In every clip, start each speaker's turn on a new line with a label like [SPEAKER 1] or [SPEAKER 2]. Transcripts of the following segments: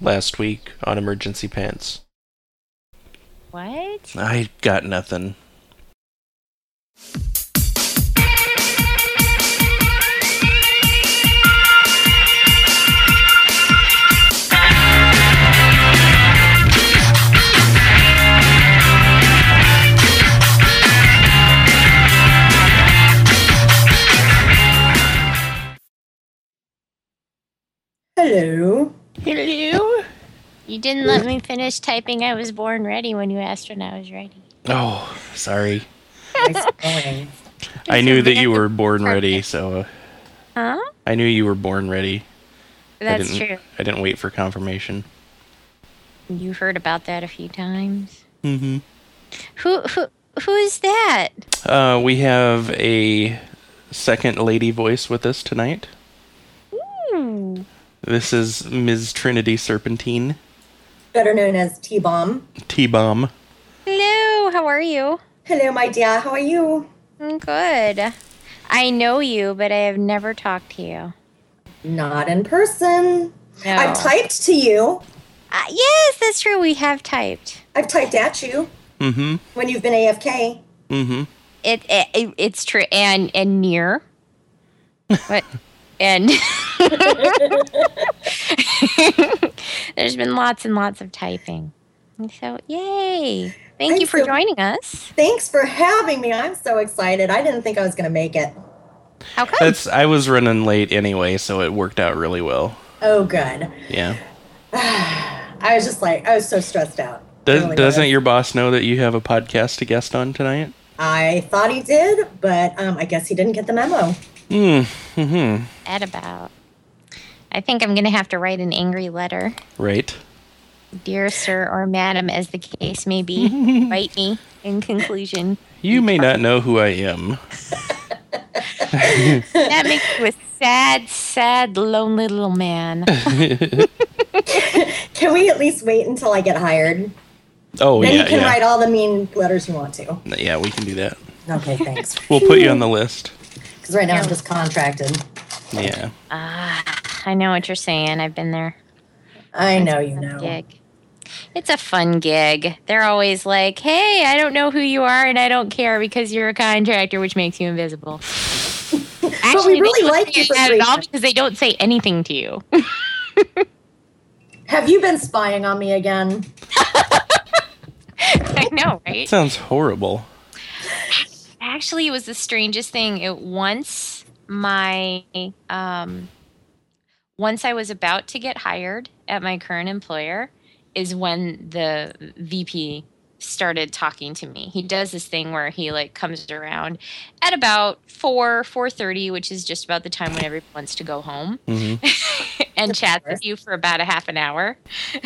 [SPEAKER 1] last week on emergency pants.
[SPEAKER 2] What?
[SPEAKER 1] I got nothing.
[SPEAKER 3] Hello.
[SPEAKER 2] Hello? You didn't let me finish typing I was born ready when you asked when I was ready.
[SPEAKER 1] Oh, sorry.
[SPEAKER 3] Nice going.
[SPEAKER 1] I knew that you were born ready, so uh,
[SPEAKER 2] Huh?
[SPEAKER 1] I knew you were born ready.
[SPEAKER 2] That's
[SPEAKER 1] didn't-
[SPEAKER 2] true.
[SPEAKER 1] I didn't wait for confirmation.
[SPEAKER 2] You heard about that a few times.
[SPEAKER 1] Mm-hmm.
[SPEAKER 2] Who who who's that?
[SPEAKER 1] Uh, we have a second lady voice with us tonight.
[SPEAKER 2] Ooh.
[SPEAKER 1] This is Ms. Trinity Serpentine,
[SPEAKER 3] Better known as T Bomb.
[SPEAKER 1] T Bomb.
[SPEAKER 2] Hello, how are you?
[SPEAKER 3] Hello, my dear. How are you?
[SPEAKER 2] I'm good. I know you, but I have never talked to you.
[SPEAKER 3] Not in person.
[SPEAKER 2] No.
[SPEAKER 3] I've typed to you.
[SPEAKER 2] Uh, yes, that's true. We have typed.
[SPEAKER 3] I've typed at you
[SPEAKER 1] Mm
[SPEAKER 3] when you've been AFK.
[SPEAKER 1] hmm. Mm hmm.
[SPEAKER 2] It, it, it it's true and and near. But and there's been lots and lots of typing. And so yay. Thank you
[SPEAKER 3] Thank
[SPEAKER 2] for
[SPEAKER 3] you.
[SPEAKER 2] joining us.
[SPEAKER 3] Thanks for having me. I'm so excited. I didn't think I was going to make it.
[SPEAKER 2] How come?
[SPEAKER 1] That's I was running late anyway, so it worked out really well.
[SPEAKER 3] Oh, good.
[SPEAKER 1] Yeah.
[SPEAKER 3] I was just like, I was so stressed out. I
[SPEAKER 1] Does,
[SPEAKER 3] really
[SPEAKER 1] doesn't
[SPEAKER 3] was.
[SPEAKER 1] your boss know that you have a podcast to guest on tonight?
[SPEAKER 3] I thought he did, but um, I guess he didn't get the memo.
[SPEAKER 1] Mm hmm.
[SPEAKER 2] that about? I think I'm gonna have to write an angry letter.
[SPEAKER 1] Right.
[SPEAKER 2] Dear sir or madam, as the case may be, bite me in conclusion.
[SPEAKER 1] You may not know who I am.
[SPEAKER 2] That makes you a sad, sad, lonely little man.
[SPEAKER 3] Can we at least wait until I get hired?
[SPEAKER 1] Oh
[SPEAKER 3] then
[SPEAKER 1] yeah,
[SPEAKER 3] you can
[SPEAKER 1] yeah.
[SPEAKER 3] write all the mean letters you want to.
[SPEAKER 1] yeah, we can do that.
[SPEAKER 3] Okay, thanks.
[SPEAKER 1] We'll put you on the list.
[SPEAKER 3] Because right now I'm just contracted.
[SPEAKER 1] Yeah.
[SPEAKER 2] Ah, I know what you're saying. I've been there.
[SPEAKER 3] I know you know.
[SPEAKER 2] gig. It's a fun gig. They're always like, "Hey, I don't know who you are, and I don't care because you're a contractor, which makes you invisible." Actually,
[SPEAKER 3] really
[SPEAKER 2] they
[SPEAKER 3] like
[SPEAKER 2] don't say
[SPEAKER 3] you for
[SPEAKER 2] that at all
[SPEAKER 3] free.
[SPEAKER 2] because they don't say anything to you.
[SPEAKER 3] Have you been spying on me again?
[SPEAKER 2] I know, right?
[SPEAKER 1] Sounds horrible.
[SPEAKER 2] Actually, it was the strangest thing. It once my um, once I was about to get hired at my current employer is when the VP started talking to me. He does this thing where he like comes around at about 4 4:30, which is just about the time when everyone wants to go home
[SPEAKER 1] hmm
[SPEAKER 2] and
[SPEAKER 3] Of
[SPEAKER 2] chats
[SPEAKER 3] course.
[SPEAKER 2] with you for about a half an hour.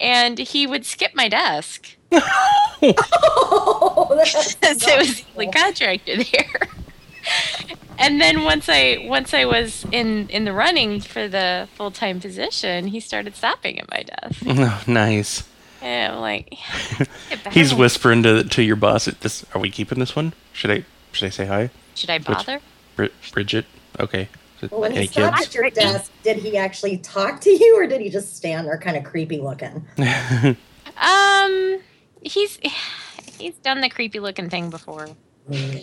[SPEAKER 2] and he would skip my desk.
[SPEAKER 3] Oh, that's
[SPEAKER 2] so it was the
[SPEAKER 3] awful.
[SPEAKER 2] only contractor there. and then once I once I was in in the running for the full time position, he started stopping at my desk,
[SPEAKER 1] nice.
[SPEAKER 2] and I'm like, "Get back.
[SPEAKER 1] He's whispering to to your boss. At this, are we keeping this one? Should I should I say hi,
[SPEAKER 2] Should I bother?
[SPEAKER 1] Brid- Bridget? Okay.
[SPEAKER 3] Well, when
[SPEAKER 1] Any
[SPEAKER 3] he stopped
[SPEAKER 1] kids?
[SPEAKER 3] at your desk, did he actually talk to you, or did he just stand there, kind of creepy looking?
[SPEAKER 2] Um, he's he's done the creepy looking thing before,
[SPEAKER 3] Oh,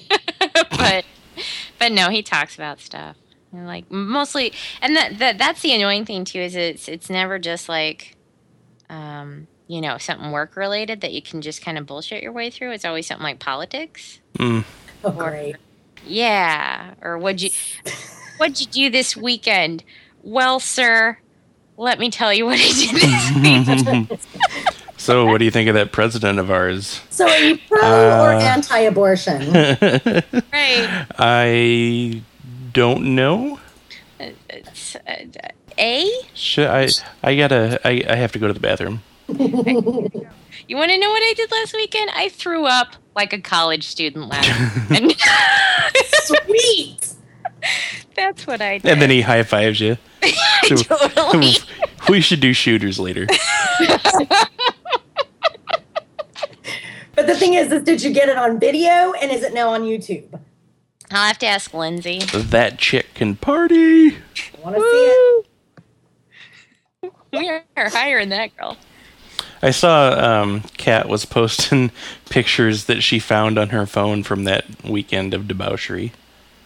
[SPEAKER 2] but but no, he talks about stuff. And like mostly, and that, that that's the annoying thing too is it's it's never just like, um, you know, something work related that you can just kind of bullshit your way through. It's always something like politics.
[SPEAKER 1] Mm.
[SPEAKER 3] Oh, great.
[SPEAKER 2] Yeah, or what'd you what'd you do this weekend? Well, sir, let me tell you what I did this week.
[SPEAKER 1] so, what do you think of that president of ours?
[SPEAKER 3] So, are you pro or
[SPEAKER 1] Uh.
[SPEAKER 3] anti-abortion?
[SPEAKER 2] right.
[SPEAKER 1] I don't know.
[SPEAKER 2] It's, uh, A.
[SPEAKER 1] Should I? I gotta. I, I have to go to the bathroom.
[SPEAKER 2] You want to know what I did last weekend? I threw up like a college student last weekend.
[SPEAKER 3] Sweet.
[SPEAKER 2] That's what I did.
[SPEAKER 1] And then he high fives you.
[SPEAKER 2] totally.
[SPEAKER 1] we should do shooters later.
[SPEAKER 3] But the thing is, is did you get it on video, and is it now on YouTube?
[SPEAKER 2] I'll have to ask Lindsay.
[SPEAKER 1] that chick can party.
[SPEAKER 3] I want to see it.
[SPEAKER 2] we are hiring that girl.
[SPEAKER 1] I saw um, Kat was posting pictures that she found on her phone from that weekend of debauchery.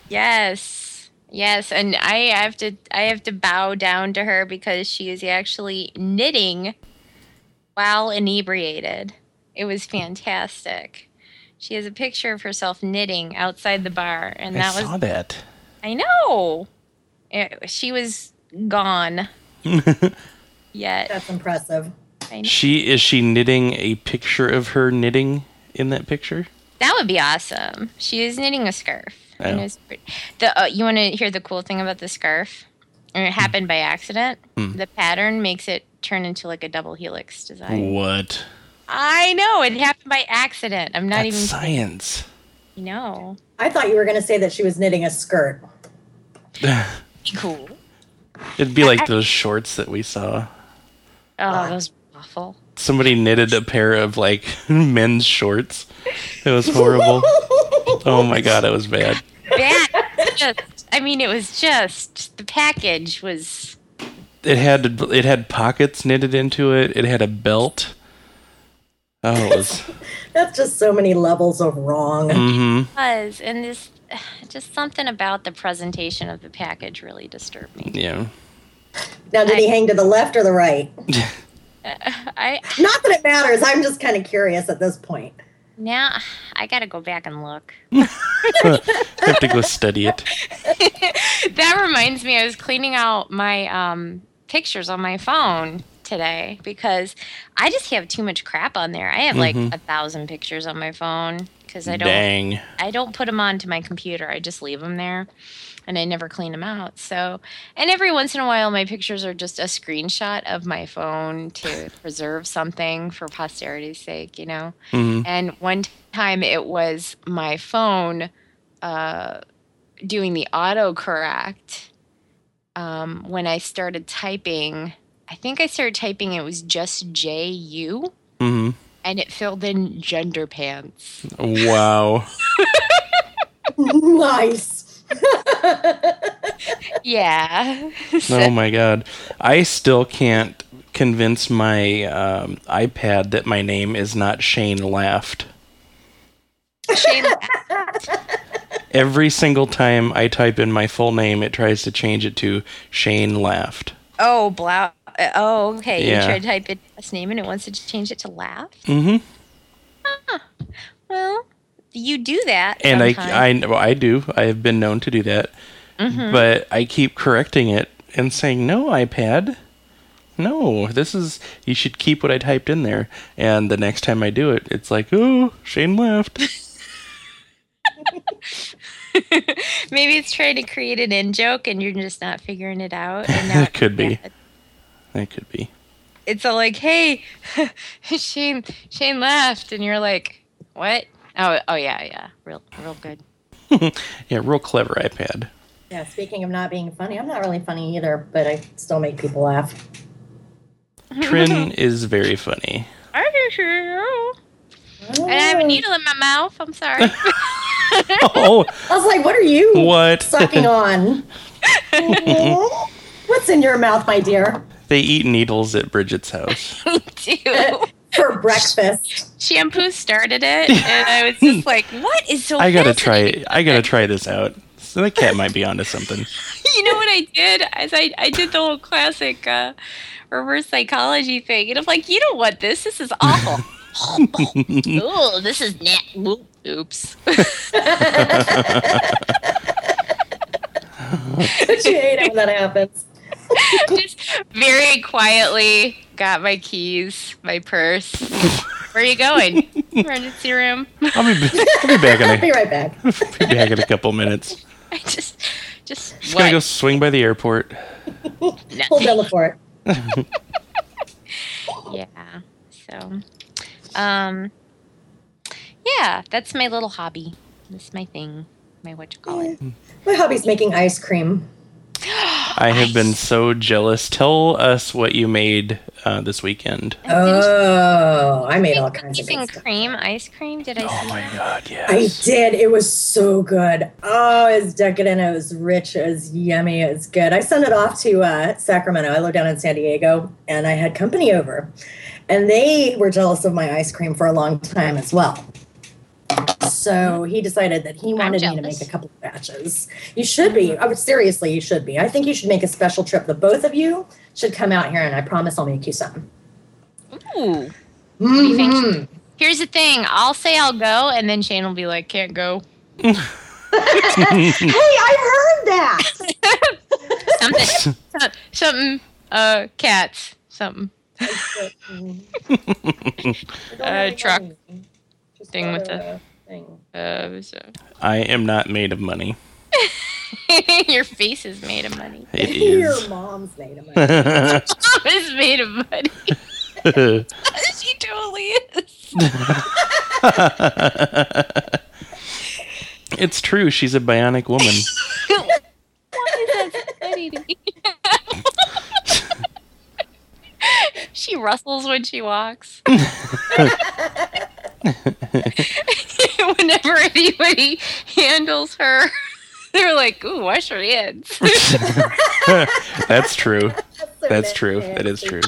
[SPEAKER 2] Yes. Yes, and I have to I have to bow down to her because she is actually knitting while inebriated. It was fantastic. She has a picture of herself knitting outside the bar and
[SPEAKER 1] I
[SPEAKER 2] that was
[SPEAKER 1] saw that.
[SPEAKER 2] I know. It- she was gone. Yet.
[SPEAKER 3] That's impressive.
[SPEAKER 2] I know.
[SPEAKER 1] She is she knitting a picture of her knitting in that picture?
[SPEAKER 2] That would be awesome. She is knitting a scarf. And
[SPEAKER 1] Oh.
[SPEAKER 2] it's pretty. The uh, you want to hear the cool thing about the scarf? And it happened by accident. The pattern makes it turn into like a double helix design.
[SPEAKER 1] What?
[SPEAKER 2] I know it happened by accident. I'm not
[SPEAKER 1] That's
[SPEAKER 2] even.
[SPEAKER 1] science.
[SPEAKER 2] You know,
[SPEAKER 3] I thought you were going to say that she was knitting a skirt.
[SPEAKER 2] cool.
[SPEAKER 1] It'd be like those shorts that we saw.
[SPEAKER 2] Oh, those were awful.
[SPEAKER 1] Somebody knitted a pair of like men's shorts. It was horrible. oh my god, it was bad.
[SPEAKER 2] Bad. just. I mean, it was just the package was.
[SPEAKER 1] It had it had pockets knitted into it. It had a belt. Oh, it was
[SPEAKER 3] That's just so many levels of wrong.
[SPEAKER 2] was and this just something about the presentation of the package really disturbed me.
[SPEAKER 1] yeah.
[SPEAKER 3] Now, did he hang to the left or the right?
[SPEAKER 2] I
[SPEAKER 3] Not that it matters. I'm just kind of curious at this point.
[SPEAKER 2] now I got to go back and look.
[SPEAKER 1] I have to go study it.
[SPEAKER 2] that reminds me, I was cleaning out my um, pictures on my phone today because I just have too much crap on there. I have like a thousand pictures on my phone because I don't
[SPEAKER 1] Dang.
[SPEAKER 2] I don't put them onto my computer. I just leave them there, and I never clean them out. So, and every once in a while, my pictures are just a screenshot of my phone to preserve something for posterity's sake, you know.
[SPEAKER 1] Mhm.
[SPEAKER 2] And one time, it was my phone uh, doing the autocorrect um, when I started typing. I think I started typing. It was just J U,
[SPEAKER 1] Mhm.
[SPEAKER 2] and it filled in gender pants.
[SPEAKER 1] Wow.
[SPEAKER 3] nice.
[SPEAKER 2] Yeah.
[SPEAKER 1] Oh my god. I still can't convince my um, iPad that my name is not Shane Laft.
[SPEAKER 2] Shane,
[SPEAKER 1] Every single time I type in my full name, it tries to change it to Shane Laft.
[SPEAKER 2] oh, Blau. uh, Oh, okay.
[SPEAKER 1] Yeah.
[SPEAKER 2] You try to type in last name and it wants to change it to laugh.
[SPEAKER 1] Mm-hmm.
[SPEAKER 2] Well, you do that.
[SPEAKER 1] And I,
[SPEAKER 2] sometimes. Mm-hmm.
[SPEAKER 1] I, well, I do. I have been known to do that. But I keep correcting it and saying, no, iPad. No, this is, you should keep what I typed in there. And the next time I do it, it's like, oh, Shane Laft.
[SPEAKER 2] maybe it's trying to create an in joke and you're just not figuring it out. And now,
[SPEAKER 1] Could be.
[SPEAKER 2] yeah,
[SPEAKER 1] That could be.
[SPEAKER 2] it's all like, hey, Shane, Shane laughed, and you're like, what? Oh, oh yeah, yeah, real, real good.
[SPEAKER 1] Yeah, real clever iPad.
[SPEAKER 3] Yeah, speaking of not being funny, I'm not really funny either, but I still make people laugh.
[SPEAKER 1] Trin is very funny.
[SPEAKER 2] And I have a needle in my mouth. I'm sorry.
[SPEAKER 1] Oh,
[SPEAKER 3] I was like, what are you
[SPEAKER 1] What?
[SPEAKER 3] sucking on? What's in your mouth, my dear?
[SPEAKER 1] they eat needles at Bridget's house.
[SPEAKER 2] Dude.
[SPEAKER 3] For breakfast.
[SPEAKER 2] shampoo started it, and I was just like, "What is so?"
[SPEAKER 1] I gotta try.
[SPEAKER 2] fascinating
[SPEAKER 1] it. I gotta try this out. So the cat might be onto something.
[SPEAKER 2] you know what I did? As I, I did the whole classic uh, reverse psychology thing, and I'm like, you don't want this. This is awful. Ooh, this is nat. oop- Oops.
[SPEAKER 3] But you hate it when that happens.
[SPEAKER 2] Just very quietly got my keys, my purse. Where are you going? Emergency room.
[SPEAKER 1] I'll be. I'll be back in
[SPEAKER 3] I'll be
[SPEAKER 1] a.
[SPEAKER 3] right back.
[SPEAKER 1] Be back in a couple minutes.
[SPEAKER 2] I just, just.
[SPEAKER 1] Just
[SPEAKER 2] what?
[SPEAKER 1] gonna go swing by the airport.
[SPEAKER 3] Pull Bella for it.
[SPEAKER 2] Yeah. So, um, yeah, that's my little hobby. That's my thing. My what you call it?
[SPEAKER 3] My hobby's making ice cream.
[SPEAKER 1] I have been so jealous. Tell us what you made uh, this weekend.
[SPEAKER 3] Oh, I made all kinds of
[SPEAKER 2] Cookies and
[SPEAKER 3] things.
[SPEAKER 2] cream, ice cream. Did I?
[SPEAKER 1] Oh
[SPEAKER 2] see
[SPEAKER 1] my
[SPEAKER 2] that?
[SPEAKER 1] god,
[SPEAKER 3] I
[SPEAKER 1] yes.
[SPEAKER 3] did. It was so good. Oh, it was decadent. It was rich. It was yummy. It was good. I sent it off to uh, Sacramento. I live down in San Diego, and I had company over, and they were jealous of my ice cream for a long time as well. So he decided that he wanted me to
[SPEAKER 2] jealous.
[SPEAKER 3] make a couple of batches. You should be. I would, seriously, you should be. I think you should make a special trip. The both of you should come out here, and I promise I'll make you some.
[SPEAKER 2] Ooh. do you think?
[SPEAKER 3] Mhm.
[SPEAKER 2] Here's the thing. I'll say I'll go, and then Shane will be like, "Can't go."
[SPEAKER 3] Hey, I heard that.
[SPEAKER 2] Something. some- something. Uh, cats. Something. Uh, truck thing with the-
[SPEAKER 3] thing.
[SPEAKER 2] Uh, so-
[SPEAKER 1] I am not made of money.
[SPEAKER 2] Your face is made of money.
[SPEAKER 1] It
[SPEAKER 3] Your
[SPEAKER 1] is.
[SPEAKER 3] mom's made of money.
[SPEAKER 1] I
[SPEAKER 2] Mom is made of money. she totally is.
[SPEAKER 1] it's true. She's a bionic woman.
[SPEAKER 2] Why is that funny to me? she rustles when she walks. Whenever anybody handles her, they're like, "Ooh, wash your hands."
[SPEAKER 1] That's true. That's true.
[SPEAKER 3] bad.
[SPEAKER 1] That is true.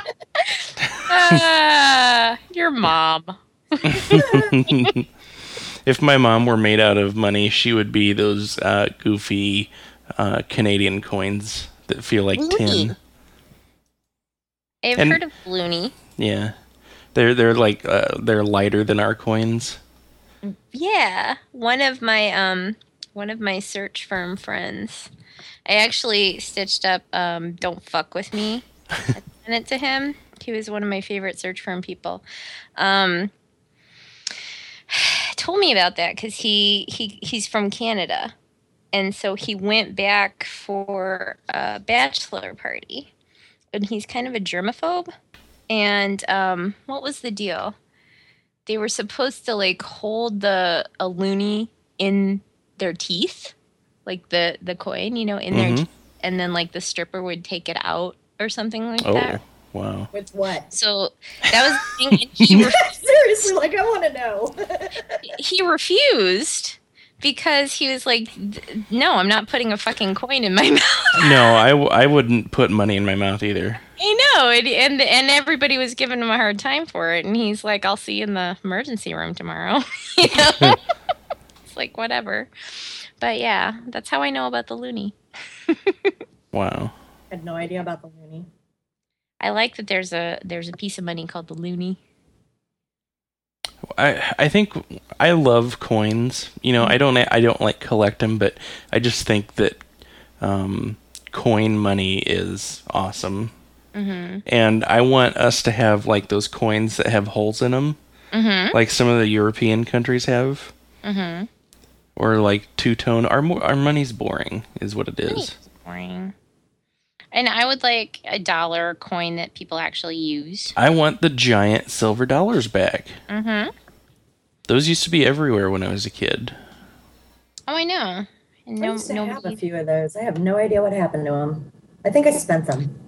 [SPEAKER 2] uh, your mom.
[SPEAKER 1] if my mom were made out of money, she would be those uh, goofy uh, Canadian coins that feel like tin.
[SPEAKER 2] I've
[SPEAKER 1] And-
[SPEAKER 2] heard of loony.
[SPEAKER 1] Yeah, they're they're like uh, they're lighter than our coins.
[SPEAKER 2] Yeah, one of my um one of my search firm friends. I actually stitched up um "Don't fuck with me." I sent it to him. He was one of my favorite search firm people. Um, told me about that because he he he's from Canada, and so he went back for a bachelor party, and he's kind of a germaphobe. And um, what was the deal? they were supposed to like hold the a loony in their teeth, like the the coin, you know, in their
[SPEAKER 1] Mhm.
[SPEAKER 2] teeth, and then like the stripper would take it out or something like
[SPEAKER 1] Oh,
[SPEAKER 2] that.
[SPEAKER 1] wow.
[SPEAKER 3] With what?
[SPEAKER 2] So that was the thing. And he, re-
[SPEAKER 3] Seriously, like I want to know.
[SPEAKER 2] he refused because he was like, "Th- "No, I'm not putting a fucking coin in my mouth."
[SPEAKER 1] No, I, w- I wouldn't put money in my mouth either.
[SPEAKER 2] I know, and, and and everybody was giving him a hard time for it, and he's like, "I'll see you in the emergency room tomorrow." you know, it's like whatever. But yeah, that's how I know about the loony.
[SPEAKER 1] Wow.
[SPEAKER 3] had no idea about the loony.
[SPEAKER 2] I like that there's a there's a piece of money called the loony.
[SPEAKER 1] I I think I love coins. You know, I don't I don't like collect them, but I just think that um, coin money is awesome.
[SPEAKER 2] Mm-hmm.
[SPEAKER 1] And I want us to have like those coins that have holes in them,
[SPEAKER 2] Mm-hmm.
[SPEAKER 1] like some of the European countries have,
[SPEAKER 2] Mm-hmm.
[SPEAKER 1] or like two tone. Our mo- our money's boring, is what it is.
[SPEAKER 2] Boring. And I would like a dollar coin that people actually use.
[SPEAKER 1] I want the giant silver dollars back.
[SPEAKER 2] Mm-hmm.
[SPEAKER 1] Those used to be everywhere when I was a kid.
[SPEAKER 2] Oh, I know. And
[SPEAKER 3] I
[SPEAKER 2] no,
[SPEAKER 3] used to have a
[SPEAKER 2] nobody.
[SPEAKER 3] few of those. I have no idea what happened to them. I think I spent them.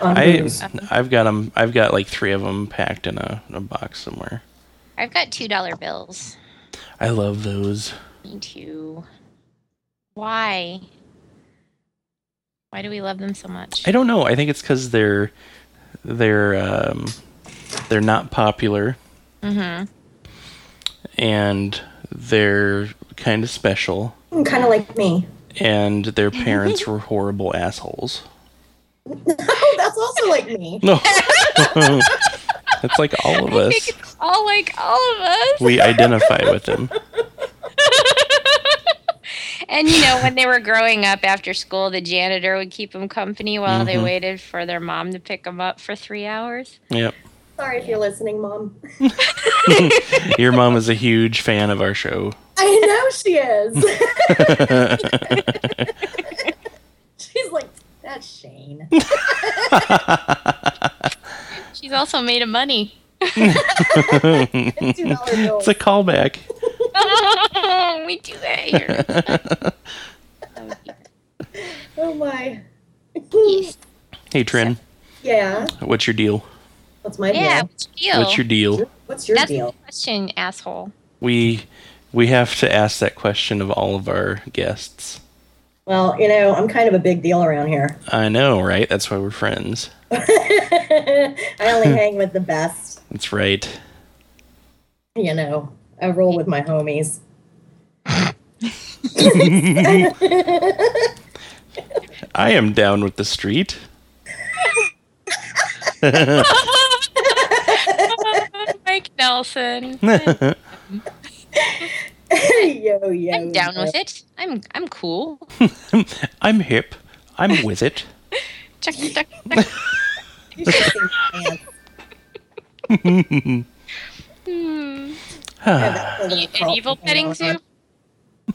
[SPEAKER 3] On
[SPEAKER 1] I
[SPEAKER 3] booze.
[SPEAKER 1] I've got 'em- I've got like three of them packed in a, a box somewhere.
[SPEAKER 2] I've got two dollar bills.
[SPEAKER 1] I love those.
[SPEAKER 2] Me too. Why? Why do we love them so much?
[SPEAKER 1] I don't know. I think it's because they're they're um, they're not popular
[SPEAKER 2] Mm-hmm.
[SPEAKER 1] and they're kind of special
[SPEAKER 3] kind of like me.
[SPEAKER 1] and their parents were horrible assholes.
[SPEAKER 3] Oh, that's also like me.
[SPEAKER 1] No, that's like all of
[SPEAKER 2] I
[SPEAKER 1] us.
[SPEAKER 2] think it's all like all of us.
[SPEAKER 1] We identify with them.
[SPEAKER 2] And you know, when they were growing up after school, the janitor would keep them company while they
[SPEAKER 1] Mhm.
[SPEAKER 2] waited for their mom to pick them up for three hours.
[SPEAKER 1] Yep.
[SPEAKER 3] Sorry if you're listening, mom.
[SPEAKER 1] Your mom is a huge fan of our show.
[SPEAKER 3] I know she is. She's like, that's Shane.
[SPEAKER 2] She's also made of money.
[SPEAKER 3] Two dollar bills.
[SPEAKER 1] It's a callback.
[SPEAKER 2] we do that here. Oh, dear.
[SPEAKER 3] why.
[SPEAKER 2] Yes.
[SPEAKER 1] Hey, Trin,
[SPEAKER 3] yeah.
[SPEAKER 1] what's your deal?
[SPEAKER 3] What's my
[SPEAKER 2] Yeah,
[SPEAKER 3] deal?
[SPEAKER 2] what's your deal?
[SPEAKER 1] What's your deal?
[SPEAKER 3] What's your
[SPEAKER 2] That's
[SPEAKER 3] deal?
[SPEAKER 2] the question, asshole.
[SPEAKER 1] We we have to ask that question of all of our guests.
[SPEAKER 3] Well, you know, I'm kind of a big deal around here.
[SPEAKER 1] I know, right? That's why we're friends.
[SPEAKER 3] I only hang with the best.
[SPEAKER 1] That's right.
[SPEAKER 3] You know, I roll with my homies.
[SPEAKER 1] I am down with the street.
[SPEAKER 2] Mike Nelson.
[SPEAKER 3] yo, yo.
[SPEAKER 2] I'm down
[SPEAKER 3] yo.
[SPEAKER 2] with it. I'm I'm cool.
[SPEAKER 1] I'm hip. I'm with it.
[SPEAKER 2] Chuck, chuck, chuck.
[SPEAKER 3] You should see my pants.
[SPEAKER 2] Hmm.
[SPEAKER 3] I have
[SPEAKER 1] Ah,
[SPEAKER 3] that little
[SPEAKER 2] An
[SPEAKER 3] crop
[SPEAKER 2] evil
[SPEAKER 3] going
[SPEAKER 2] petting
[SPEAKER 3] on.
[SPEAKER 2] zoo.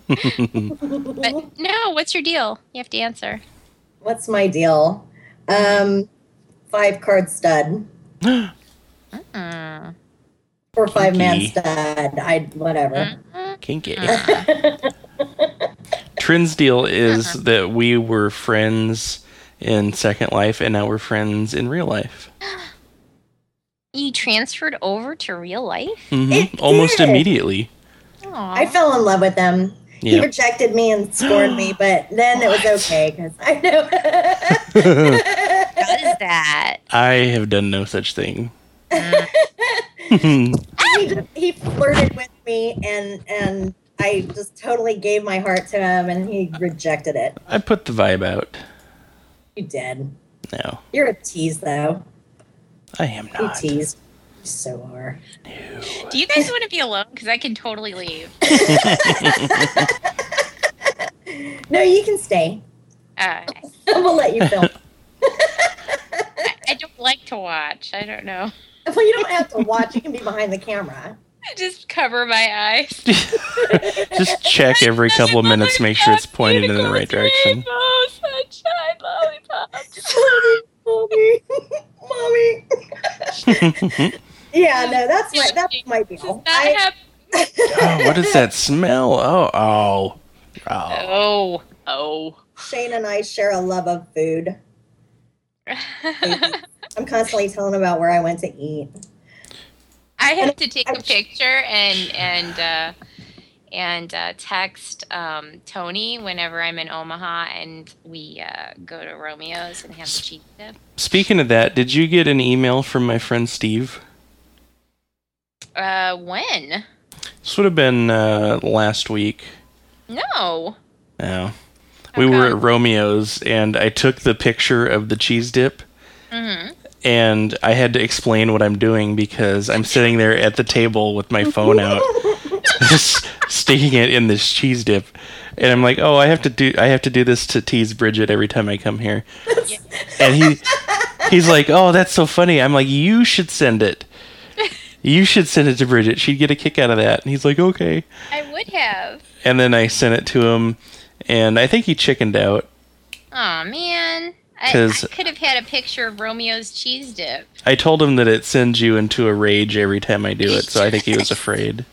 [SPEAKER 2] But no, what's your deal? You have to answer.
[SPEAKER 3] What's my deal? Um, five card stud
[SPEAKER 2] Mm.
[SPEAKER 3] or five man
[SPEAKER 1] Kinky.
[SPEAKER 3] stud. I
[SPEAKER 2] Uh-huh.
[SPEAKER 3] whatever.
[SPEAKER 1] Kinky. Trin's deal is that we were friends in Second Life and now we're friends in real life.
[SPEAKER 2] You transferred over to real life.
[SPEAKER 1] hmm
[SPEAKER 3] It
[SPEAKER 1] Almost
[SPEAKER 3] did.
[SPEAKER 1] immediately.
[SPEAKER 2] Aw.
[SPEAKER 3] I fell in love with them. He
[SPEAKER 1] Yeah.
[SPEAKER 3] rejected me and scorned me, but then it was
[SPEAKER 1] What?
[SPEAKER 3] okay because I know.
[SPEAKER 2] does that?
[SPEAKER 1] I have done no such thing.
[SPEAKER 3] he, he flirted with me and and I just totally gave my heart to him and he rejected it.
[SPEAKER 1] I put the vibe out.
[SPEAKER 3] You did.
[SPEAKER 1] No,
[SPEAKER 3] You're a tease though.
[SPEAKER 1] I am
[SPEAKER 3] You
[SPEAKER 1] not.
[SPEAKER 3] teased. You so are.
[SPEAKER 2] Do you guys want to be alone? Because I can totally leave.
[SPEAKER 3] No, you can stay.
[SPEAKER 2] Uh,
[SPEAKER 3] we'll let you film.
[SPEAKER 2] I, I don't like to watch. I don't know.
[SPEAKER 3] well, you don't have to watch. You can be behind the camera.
[SPEAKER 2] I just cover my eyes.
[SPEAKER 1] Just check every couple of minutes, make sure it's pointed in the right direction.
[SPEAKER 2] Oh, sunshine, lollipops.
[SPEAKER 3] mommy, mommy. yeah, no, that's my that's my
[SPEAKER 2] Does
[SPEAKER 3] deal.
[SPEAKER 2] that
[SPEAKER 3] I,
[SPEAKER 2] happen?
[SPEAKER 1] Oh, what is that smell? Oh, oh, oh.
[SPEAKER 2] Oh, oh.
[SPEAKER 3] Shane and I share a love of food. I'm constantly telling him about where I went to eat.
[SPEAKER 2] I have to take a picture and and uh, and uh, text um, Tony whenever I'm in Omaha and we uh, go to Romeo's and have a cheese dip.
[SPEAKER 1] Speaking of that, did you get an email from my friend Steve?
[SPEAKER 2] Uh, when?
[SPEAKER 1] This would have been uh, last week.
[SPEAKER 2] No.
[SPEAKER 1] No. We were
[SPEAKER 2] Okay.
[SPEAKER 1] at Romeo's, and I took the picture of the cheese dip,
[SPEAKER 2] Mm-hmm.
[SPEAKER 1] and I had to explain what I'm doing because I'm sitting there at the table with my phone out, sticking it in this cheese dip, and I'm like, "Oh, I have to do, I have to do this to tease Bridget every time I come here," and he, he's like, "Oh, that's so funny." I'm like, "You should send it." You should send it to Bridget. She'd get a kick out of that. And he's like, okay.
[SPEAKER 2] I would have.
[SPEAKER 1] And then I sent it to him, and I think he chickened out.
[SPEAKER 2] Oh man. I,
[SPEAKER 1] 'Cause-
[SPEAKER 2] I could have had a picture of Romeo's cheese dip.
[SPEAKER 1] I told him that it sends you into a rage every time I do it, so I think he was afraid.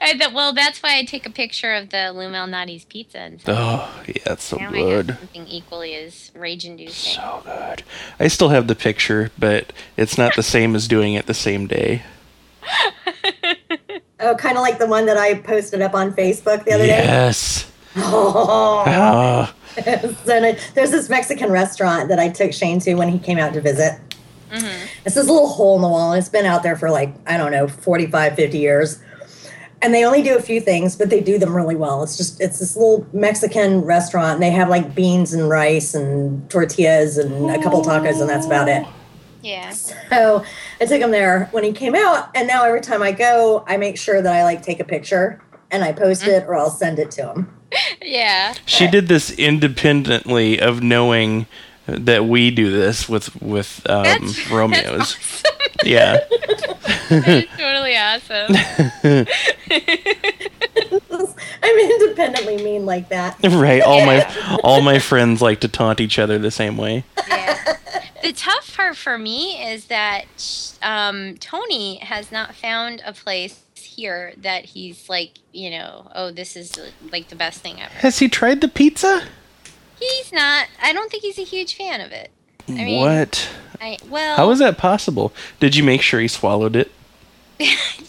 [SPEAKER 2] I, that, well, that's why I take a picture of the Lou Malnati's pizza. And stuff.
[SPEAKER 1] Oh, yeah, it's so
[SPEAKER 2] now I
[SPEAKER 1] good.
[SPEAKER 2] have something equally as rage-inducing.
[SPEAKER 1] So good. I still have the picture, but it's not the same as doing it the same day.
[SPEAKER 3] Oh, kind of like the one that I posted up on Facebook the other day.
[SPEAKER 1] Yes.
[SPEAKER 3] Oh,
[SPEAKER 1] Ah,
[SPEAKER 3] so there's this Mexican restaurant that I took Shane to when he came out to visit. It's this little hole in the wall, and it's been out there for like, I don't know, 45, 50 years. And they only do a few things, but they do them really well. It's just, it's this little Mexican restaurant, and they have like beans and rice and tortillas and a couple tacos, and that's about it.
[SPEAKER 2] Yeah.
[SPEAKER 3] So I took him there when he came out, and now every time I go, I make sure that I like take a picture and I post it or I'll send it to him.
[SPEAKER 2] Yeah.
[SPEAKER 1] she did this independently of knowing that we do this with with um,
[SPEAKER 2] That's-
[SPEAKER 1] Romeo's.
[SPEAKER 2] That's awesome.
[SPEAKER 1] Yeah.
[SPEAKER 2] That is totally awesome.
[SPEAKER 3] I'm independently mean like that.
[SPEAKER 1] Right. All my all my friends like to taunt each other the same way.
[SPEAKER 2] Yeah. The tough part for me is that um, Tony has not found a place here that he's like, you know, oh, this is like the best thing ever.
[SPEAKER 1] Has he tried the pizza?
[SPEAKER 2] He He's not. I don't think he's a huge fan of it. I mean, oh.
[SPEAKER 1] what?
[SPEAKER 2] I, well,
[SPEAKER 1] How is that possible? Did you make sure he swallowed it?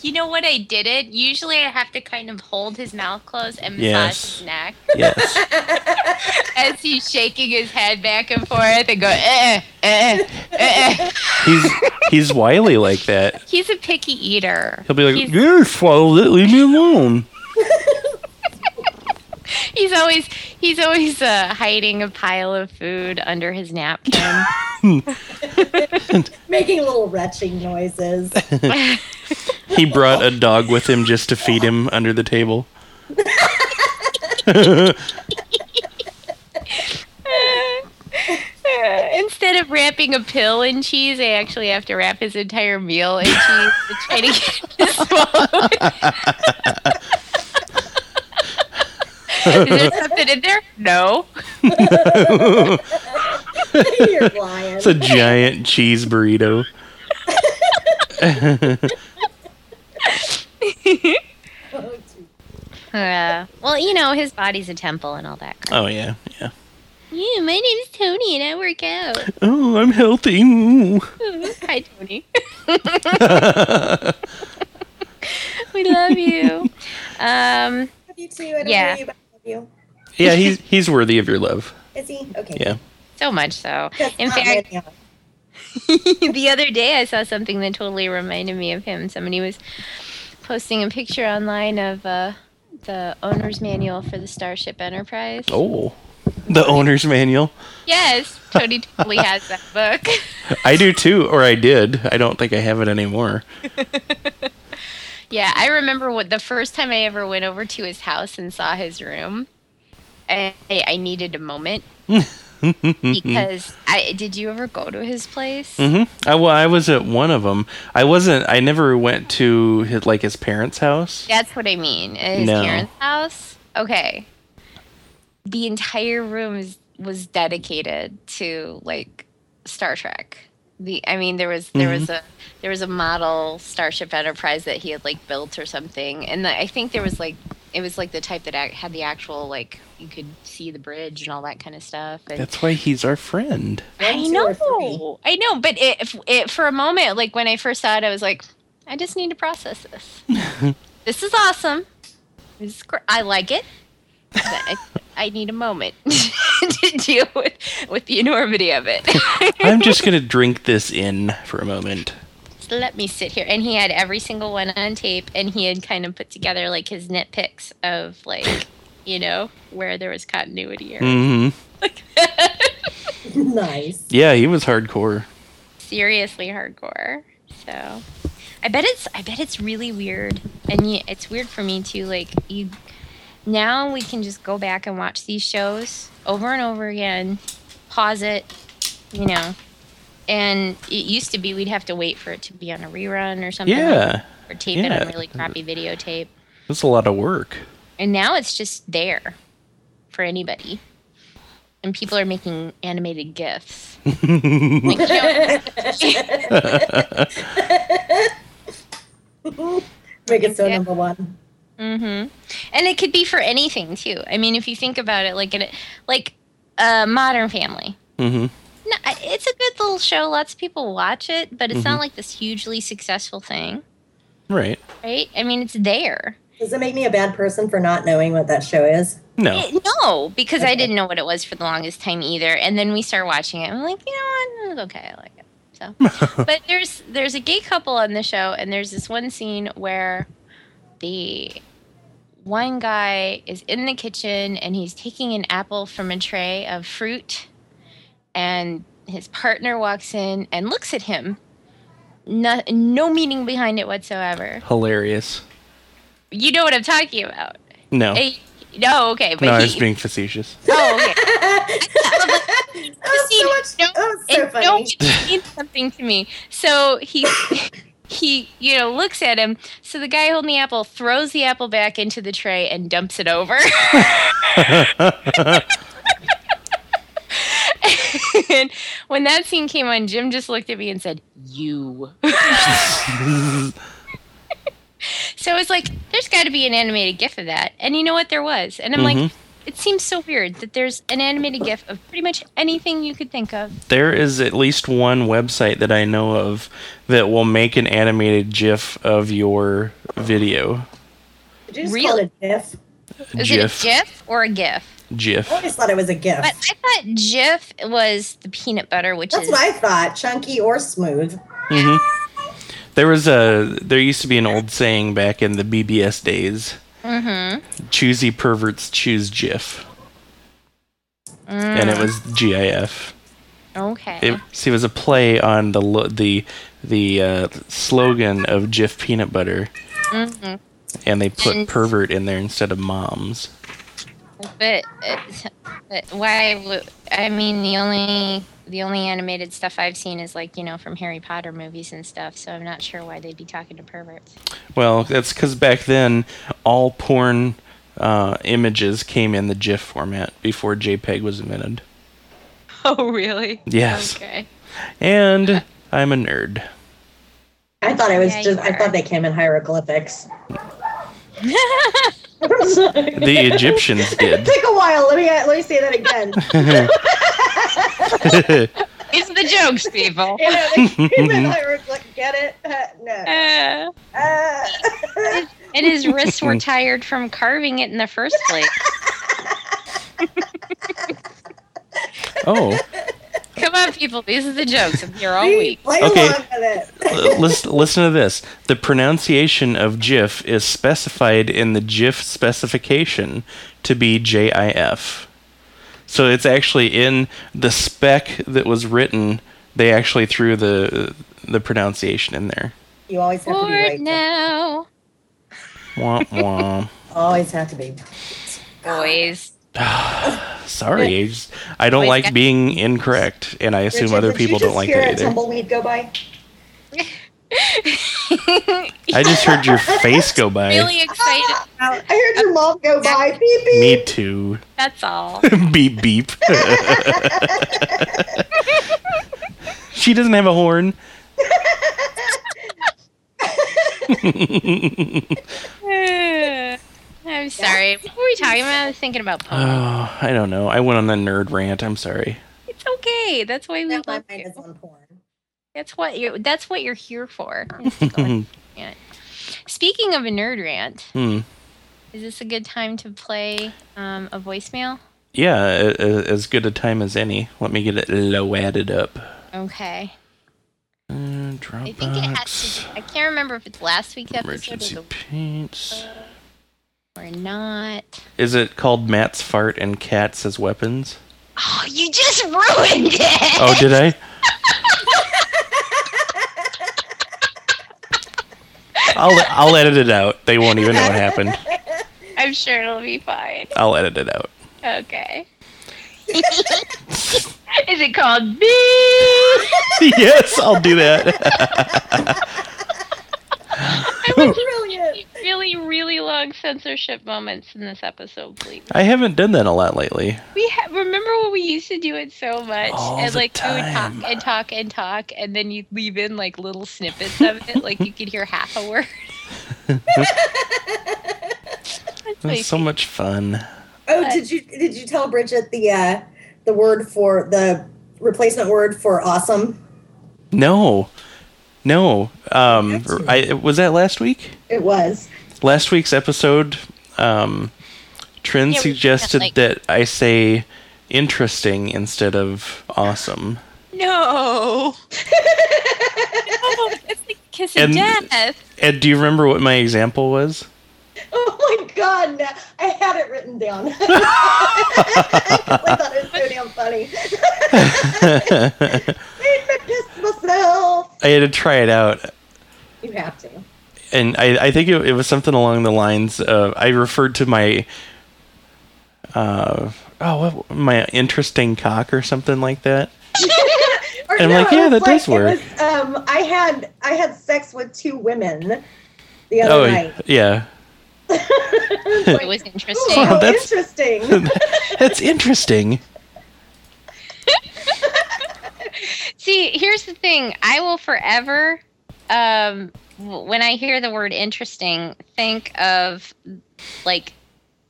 [SPEAKER 2] you know what I did it? Usually I have to kind of hold his mouth closed and massage
[SPEAKER 1] Yes.
[SPEAKER 2] his neck
[SPEAKER 1] Yes.
[SPEAKER 2] as he's shaking his head back and forth and go, eh, eh, eh, eh.
[SPEAKER 1] he's he's wily like that.
[SPEAKER 2] He's a picky eater.
[SPEAKER 1] He'll be like,
[SPEAKER 2] He's-
[SPEAKER 1] "Yeah, swallow it. Leave me alone."
[SPEAKER 2] He's always he's always uh, hiding a pile of food under his napkin.
[SPEAKER 3] Making little retching noises.
[SPEAKER 1] He brought a dog with him just to feed him under the table.
[SPEAKER 2] Instead of wrapping a pill in cheese, I actually have to wrap his entire meal in cheese to try to get him to swallow it. Is there something in there? No.
[SPEAKER 3] You're lying.
[SPEAKER 1] It's a giant cheese burrito.
[SPEAKER 3] Oh, gee.
[SPEAKER 2] Uh, well, you know, his body's a temple and all that. crap.
[SPEAKER 1] Oh yeah, yeah.
[SPEAKER 2] Yeah, my name's Tony and I work out.
[SPEAKER 1] Oh, I'm healthy. Ooh.
[SPEAKER 2] Hi, Tony. we love you. Um,
[SPEAKER 3] Love you too. I don't
[SPEAKER 2] Yeah.
[SPEAKER 3] know you, but I love you.
[SPEAKER 1] Yeah, he's he's worthy of your love.
[SPEAKER 3] Is he? Okay.
[SPEAKER 1] Yeah.
[SPEAKER 2] so much so.
[SPEAKER 3] That's
[SPEAKER 2] In
[SPEAKER 3] not
[SPEAKER 2] fact,
[SPEAKER 3] Manny.
[SPEAKER 2] the other day I saw something that totally reminded me of him. Somebody was posting a picture online of uh, the owner's manual for the Starship Enterprise.
[SPEAKER 1] Oh, the owner's manual.
[SPEAKER 2] Yes, Tony totally has that book.
[SPEAKER 1] I do too, or I did. I don't think I have it anymore.
[SPEAKER 2] Yeah, I remember what the first time I ever went over to his house and saw his room. I, I needed a moment because I did you ever go to his place?
[SPEAKER 1] hmm I, well, I was at one of them. I wasn't. I never went to his, like his parents' house.
[SPEAKER 2] That's what I mean. At his
[SPEAKER 1] No.
[SPEAKER 2] parents' house. Okay. The entire room is, was dedicated to like Star Trek. The I mean there was there
[SPEAKER 1] Mm-hmm.
[SPEAKER 2] was a there was a model Starship Enterprise that he had like built or something, and the, I think there was like it was like the type that ac- had the actual like you could see the bridge and all that kind of stuff. And
[SPEAKER 1] That's why he's our friend.
[SPEAKER 3] One,
[SPEAKER 2] I
[SPEAKER 3] two, or three.
[SPEAKER 2] know, I know, but it, if it for a moment, like when I first saw it, I was like, I just need to process this. this is awesome. This is gr- I like it. But I, I need a moment to deal with with the enormity of it.
[SPEAKER 1] I'm just gonna drink this in for a moment.
[SPEAKER 2] Just let me sit here. And he had every single one on tape, and he had kind of put together like his nitpicks of like, you know, where there was continuity or
[SPEAKER 1] hmm
[SPEAKER 3] Nice.
[SPEAKER 1] Yeah, he was hardcore.
[SPEAKER 2] seriously hardcore. So I bet it's I bet it's really weird, and ye- it's weird for me too. Like you, now we can just go back and watch these shows over and over again, pause it, you know. And it used to be we'd have to wait for it to be on a rerun or something, like
[SPEAKER 1] Yeah,
[SPEAKER 2] that, or tape it
[SPEAKER 1] yeah.
[SPEAKER 2] on really crappy videotape.
[SPEAKER 1] that's a lot of work.
[SPEAKER 2] And now it's just there for anybody. And people are making animated gifs.
[SPEAKER 1] Mm-hmm.
[SPEAKER 2] Like, you know,
[SPEAKER 3] Make it so
[SPEAKER 2] Yeah.
[SPEAKER 3] number one.
[SPEAKER 2] Mm-hmm. And it could be for anything too. I mean, if you think about it, like in a, like uh, Modern Family,
[SPEAKER 1] hmm
[SPEAKER 2] no, I- it's a good little show. Lots of people watch it, but it's not like this hugely successful thing,
[SPEAKER 1] Right.
[SPEAKER 2] right? I mean, it's there.
[SPEAKER 3] Does it make me a bad person for not knowing what that show is?
[SPEAKER 1] No.
[SPEAKER 2] It- no, because I
[SPEAKER 3] Okay.
[SPEAKER 2] didn't know what it was for the longest time either. And then we started watching it. and I'm like, you know what? It's okay. I like it. So, but there's there's a gay couple on the show, and there's this one scene where the one guy is in the kitchen and he's taking an apple from a tray of fruit, and his partner walks in and looks at him. No, no meaning behind it whatsoever.
[SPEAKER 1] Hilarious.
[SPEAKER 2] You know what I'm talking about.
[SPEAKER 1] No.
[SPEAKER 2] Hey, no, okay, but
[SPEAKER 1] Oh. no, I was
[SPEAKER 2] he,
[SPEAKER 1] being facetious.
[SPEAKER 2] oh, okay.
[SPEAKER 3] Oh, so much.
[SPEAKER 2] No,
[SPEAKER 3] oh, so
[SPEAKER 2] and no,
[SPEAKER 3] funny.
[SPEAKER 2] it means something to me. So he he you know looks at him. So the guy holding the apple throws the apple back into the tray and dumps it over. and when that scene came on, Jim just looked at me and said, "You." So it's like, there's got to be an animated GIF of that, and you know what? There was, and I'm like, it seems so weird that there's an animated GIF of pretty much anything you could think of.
[SPEAKER 1] There is at least one website that I know of that will make an animated GIF of your video.
[SPEAKER 3] Did you just
[SPEAKER 2] Really?
[SPEAKER 3] call it a GIF?
[SPEAKER 2] Is
[SPEAKER 1] GIF.
[SPEAKER 2] it a GIF or a GIF?
[SPEAKER 1] GIF.
[SPEAKER 3] I always thought it was a GIF.
[SPEAKER 2] But I thought GIF was the peanut butter, which
[SPEAKER 3] That's
[SPEAKER 2] is
[SPEAKER 3] what I thought, chunky or smooth.
[SPEAKER 1] hmm There was a there used to be an old saying back in the BBS days.
[SPEAKER 2] Mm-hmm.
[SPEAKER 1] Choosy perverts choose GIF, and it was GIF.
[SPEAKER 2] okay.
[SPEAKER 1] It, see, it was a play on the lo- the the uh, slogan of GIF peanut butter, and they put
[SPEAKER 2] Mm-hmm. And-
[SPEAKER 1] pervert in there instead of moms.
[SPEAKER 2] But, uh, but why? w- I mean, the only the only animated stuff I've seen is like you know from Harry Potter movies and stuff. So I'm not sure why they'd be talking to perverts.
[SPEAKER 1] Well, that's because back then all porn uh, images came in the GIF format before JPEG was invented.
[SPEAKER 2] Oh really?
[SPEAKER 1] Yes.
[SPEAKER 2] Okay.
[SPEAKER 1] And I'm a nerd.
[SPEAKER 3] I thought it was
[SPEAKER 2] Yeah, you
[SPEAKER 3] just, I
[SPEAKER 2] are.
[SPEAKER 3] thought they came in hieroglyphics. Took
[SPEAKER 1] The Egyptians did.
[SPEAKER 3] a while. Let me uh, let me say that again.
[SPEAKER 2] These are the jokes, people.
[SPEAKER 3] You know, they came in hieroglyph- Get it? Uh, no.
[SPEAKER 2] Uh,
[SPEAKER 3] Uh,
[SPEAKER 2] and his wrists were tired from carving it in the first place.
[SPEAKER 1] oh,
[SPEAKER 2] Come on, people. These are the jokes. I'm here all week.
[SPEAKER 3] Play
[SPEAKER 1] Okay.
[SPEAKER 3] along with it.
[SPEAKER 1] l- listen, Uh, listen to this. The pronunciation of GIF is specified in the GIF specification to be JIF. So it's actually in the spec that was written. They actually threw the the pronunciation in there.
[SPEAKER 3] You always have to
[SPEAKER 2] Bored
[SPEAKER 3] be right. though.
[SPEAKER 2] now,
[SPEAKER 1] Wah, wah.
[SPEAKER 3] Always have to be.
[SPEAKER 2] boys.
[SPEAKER 1] Sorry, I, just- I don't
[SPEAKER 2] Always
[SPEAKER 1] like
[SPEAKER 2] got-
[SPEAKER 1] being incorrect, and I assume
[SPEAKER 3] Richard,
[SPEAKER 1] other
[SPEAKER 3] did you
[SPEAKER 1] people
[SPEAKER 3] just
[SPEAKER 1] don't like
[SPEAKER 3] hear a
[SPEAKER 1] that either.
[SPEAKER 3] Tumbleweed go by.
[SPEAKER 1] I just heard your face go by.
[SPEAKER 2] Really excited.
[SPEAKER 3] I heard your mom go by. Beep beep.
[SPEAKER 1] Me too.
[SPEAKER 2] That's all.
[SPEAKER 1] beep beep. she doesn't have a horn.
[SPEAKER 2] I'm sorry. What were we talking about? I was thinking about Pokemon.
[SPEAKER 1] Oh, I don't know. I went on a nerd rant. I'm sorry.
[SPEAKER 2] It's okay. That's why we
[SPEAKER 3] Now my
[SPEAKER 2] love
[SPEAKER 3] mind
[SPEAKER 2] you.
[SPEAKER 3] is on porn.
[SPEAKER 2] That's what you're. That's what you're here for. Yeah. Speaking of a nerd rant,
[SPEAKER 1] Hmm.
[SPEAKER 2] is this a good time to play um, a voicemail?
[SPEAKER 1] Yeah, a, a, as good a time as any. Let me get it low added up.
[SPEAKER 2] Okay.
[SPEAKER 1] Uh,
[SPEAKER 2] I think it has
[SPEAKER 1] Dropbox.
[SPEAKER 2] to. I can't remember if it's last week's episode or,
[SPEAKER 1] Emergency
[SPEAKER 2] the,
[SPEAKER 1] paints.
[SPEAKER 2] or not.
[SPEAKER 1] Is it called Matt's fart and cats as weapons?
[SPEAKER 2] Oh, you just ruined it.
[SPEAKER 1] Oh, did I? I'll I'll edit it out. They won't even know what happened.
[SPEAKER 2] I'm sure it'll be fine.
[SPEAKER 1] I'll edit it out.
[SPEAKER 2] Okay. is it called Bee?
[SPEAKER 1] yes, I'll do that.
[SPEAKER 3] Brilliant.
[SPEAKER 2] really, really long censorship moments in this episode, please.
[SPEAKER 1] I haven't done that a lot lately.
[SPEAKER 2] We ha- remember when we used to do it so much,
[SPEAKER 1] All
[SPEAKER 2] and
[SPEAKER 1] the
[SPEAKER 2] like we would
[SPEAKER 1] time.
[SPEAKER 2] talk and talk and talk, and then you'd leave in like little snippets of it, like you could hear half a word. That's my
[SPEAKER 1] It's so much fun.
[SPEAKER 3] Oh, did you did you tell Bridget the uh, the word for the replacement word for awesome?
[SPEAKER 1] No, no. Um, I was that last week.
[SPEAKER 3] It was.
[SPEAKER 1] Last week's episode. Um, Trin
[SPEAKER 2] Yeah, we-
[SPEAKER 1] suggested
[SPEAKER 2] like-
[SPEAKER 1] that I say interesting instead of awesome.
[SPEAKER 2] No. no. It's like kiss of
[SPEAKER 1] And-
[SPEAKER 2] death.
[SPEAKER 1] Ed, do you remember what my example was?
[SPEAKER 3] Oh my god! no, I had it written down. I thought it was so damn funny. Made me piss myself.
[SPEAKER 1] I had to try it out.
[SPEAKER 3] You have to.
[SPEAKER 1] and I, I think it, it was something along the lines of I referred to my uh oh what, my interesting cock or something like that.
[SPEAKER 3] Or
[SPEAKER 1] I'm like,
[SPEAKER 3] it
[SPEAKER 1] yeah,
[SPEAKER 3] was
[SPEAKER 1] that does
[SPEAKER 3] it
[SPEAKER 1] work.
[SPEAKER 3] was, um, I had I had sex with two women the other
[SPEAKER 1] Oh
[SPEAKER 3] night.
[SPEAKER 1] yeah,
[SPEAKER 3] It's
[SPEAKER 2] It
[SPEAKER 3] like,
[SPEAKER 2] was
[SPEAKER 3] ooh,
[SPEAKER 2] interesting.
[SPEAKER 1] Wow,
[SPEAKER 3] how
[SPEAKER 1] that's-
[SPEAKER 3] interesting.
[SPEAKER 1] that's interesting.
[SPEAKER 2] See, here's the thing. I will forever, um, w- when I hear the word interesting, think of like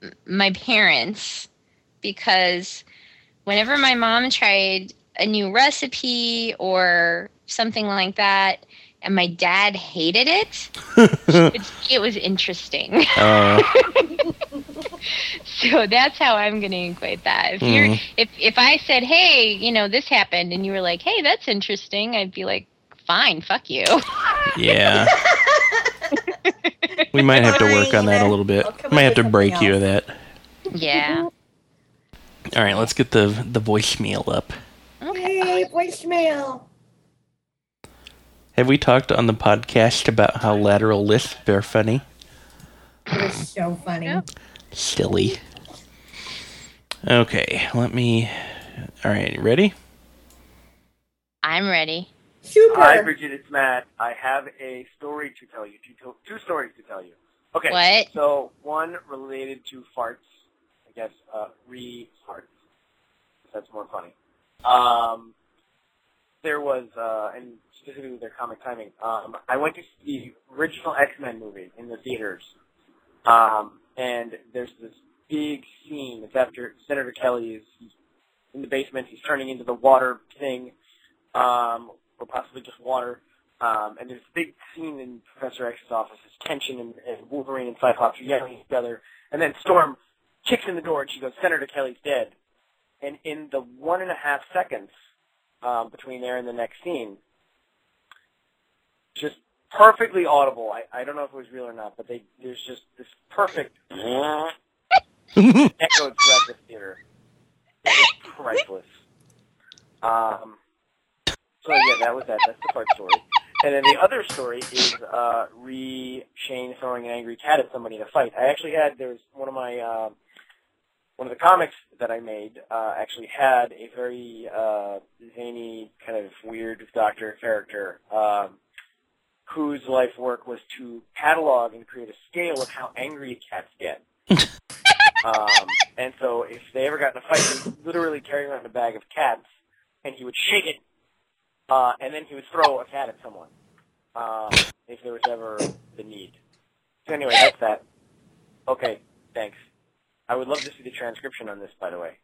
[SPEAKER 2] m- my parents because whenever my mom tried a new recipe or something like that, and my dad hated it, it, it was interesting.
[SPEAKER 1] Uh,
[SPEAKER 2] so that's how I'm going to equate that. If you're,
[SPEAKER 1] Mhm.
[SPEAKER 2] if if I said, "Hey, you know, this happened," and you were like, "Hey, that's interesting," I'd be like, "Fine, fuck you."
[SPEAKER 1] yeah. we might have to work on that a little bit.
[SPEAKER 3] I'll come up
[SPEAKER 1] Might have
[SPEAKER 3] with
[SPEAKER 1] to
[SPEAKER 3] something
[SPEAKER 1] break you of that.
[SPEAKER 2] yeah.
[SPEAKER 1] All right, let's get the the voicemail up.
[SPEAKER 2] Okay.
[SPEAKER 3] Hey, voicemail.
[SPEAKER 1] Have we talked on the podcast about how lateral lisps are funny?
[SPEAKER 3] It was so funny.
[SPEAKER 2] Yeah.
[SPEAKER 1] Silly. Okay, let me. All right, ready?
[SPEAKER 2] I'm ready.
[SPEAKER 3] Super.
[SPEAKER 4] Hi, Bridget. It's Matt. I have a story to tell you. Two, to- two stories to tell you. Okay.
[SPEAKER 2] What?
[SPEAKER 4] So one related to farts. I guess uh, re-farts. That's more funny. Um, there was, uh, and specifically their comic timing. Um, I went to see the original X-Men movie in the theaters, um, and there's this big scene. It's after Senator Kelly is he's in the basement. He's turning into the water thing um, or possibly just water. Um, and there's a big scene in Professor X's office. It's tension and, and Wolverine and Cyclops are yelling at each other. And then Storm kicks in the door and she goes, Senator Kelly's dead. And in the one and a half seconds um, between there and the next scene, just perfectly audible. I, I don't know if it was real or not, but they, there's just this perfect echo throughout the theater. It's priceless. Um, so yeah, that was that. That's the first story. And then the other story is uh, re Shane throwing an angry cat at somebody in a fight. I actually had there was one of my uh, one of the comics that I made uh, actually had a very uh, zany kind of weird doctor character um, whose life work was to catalog and create a scale of how angry cats get. um, and so if they ever got in a fight, he would literally carry around a bag of cats and he would shake it uh, and then he would throw a cat at someone um, if there was ever the need. So anyway, that's that. Okay, thanks. I would love to see the transcription on this, by the way.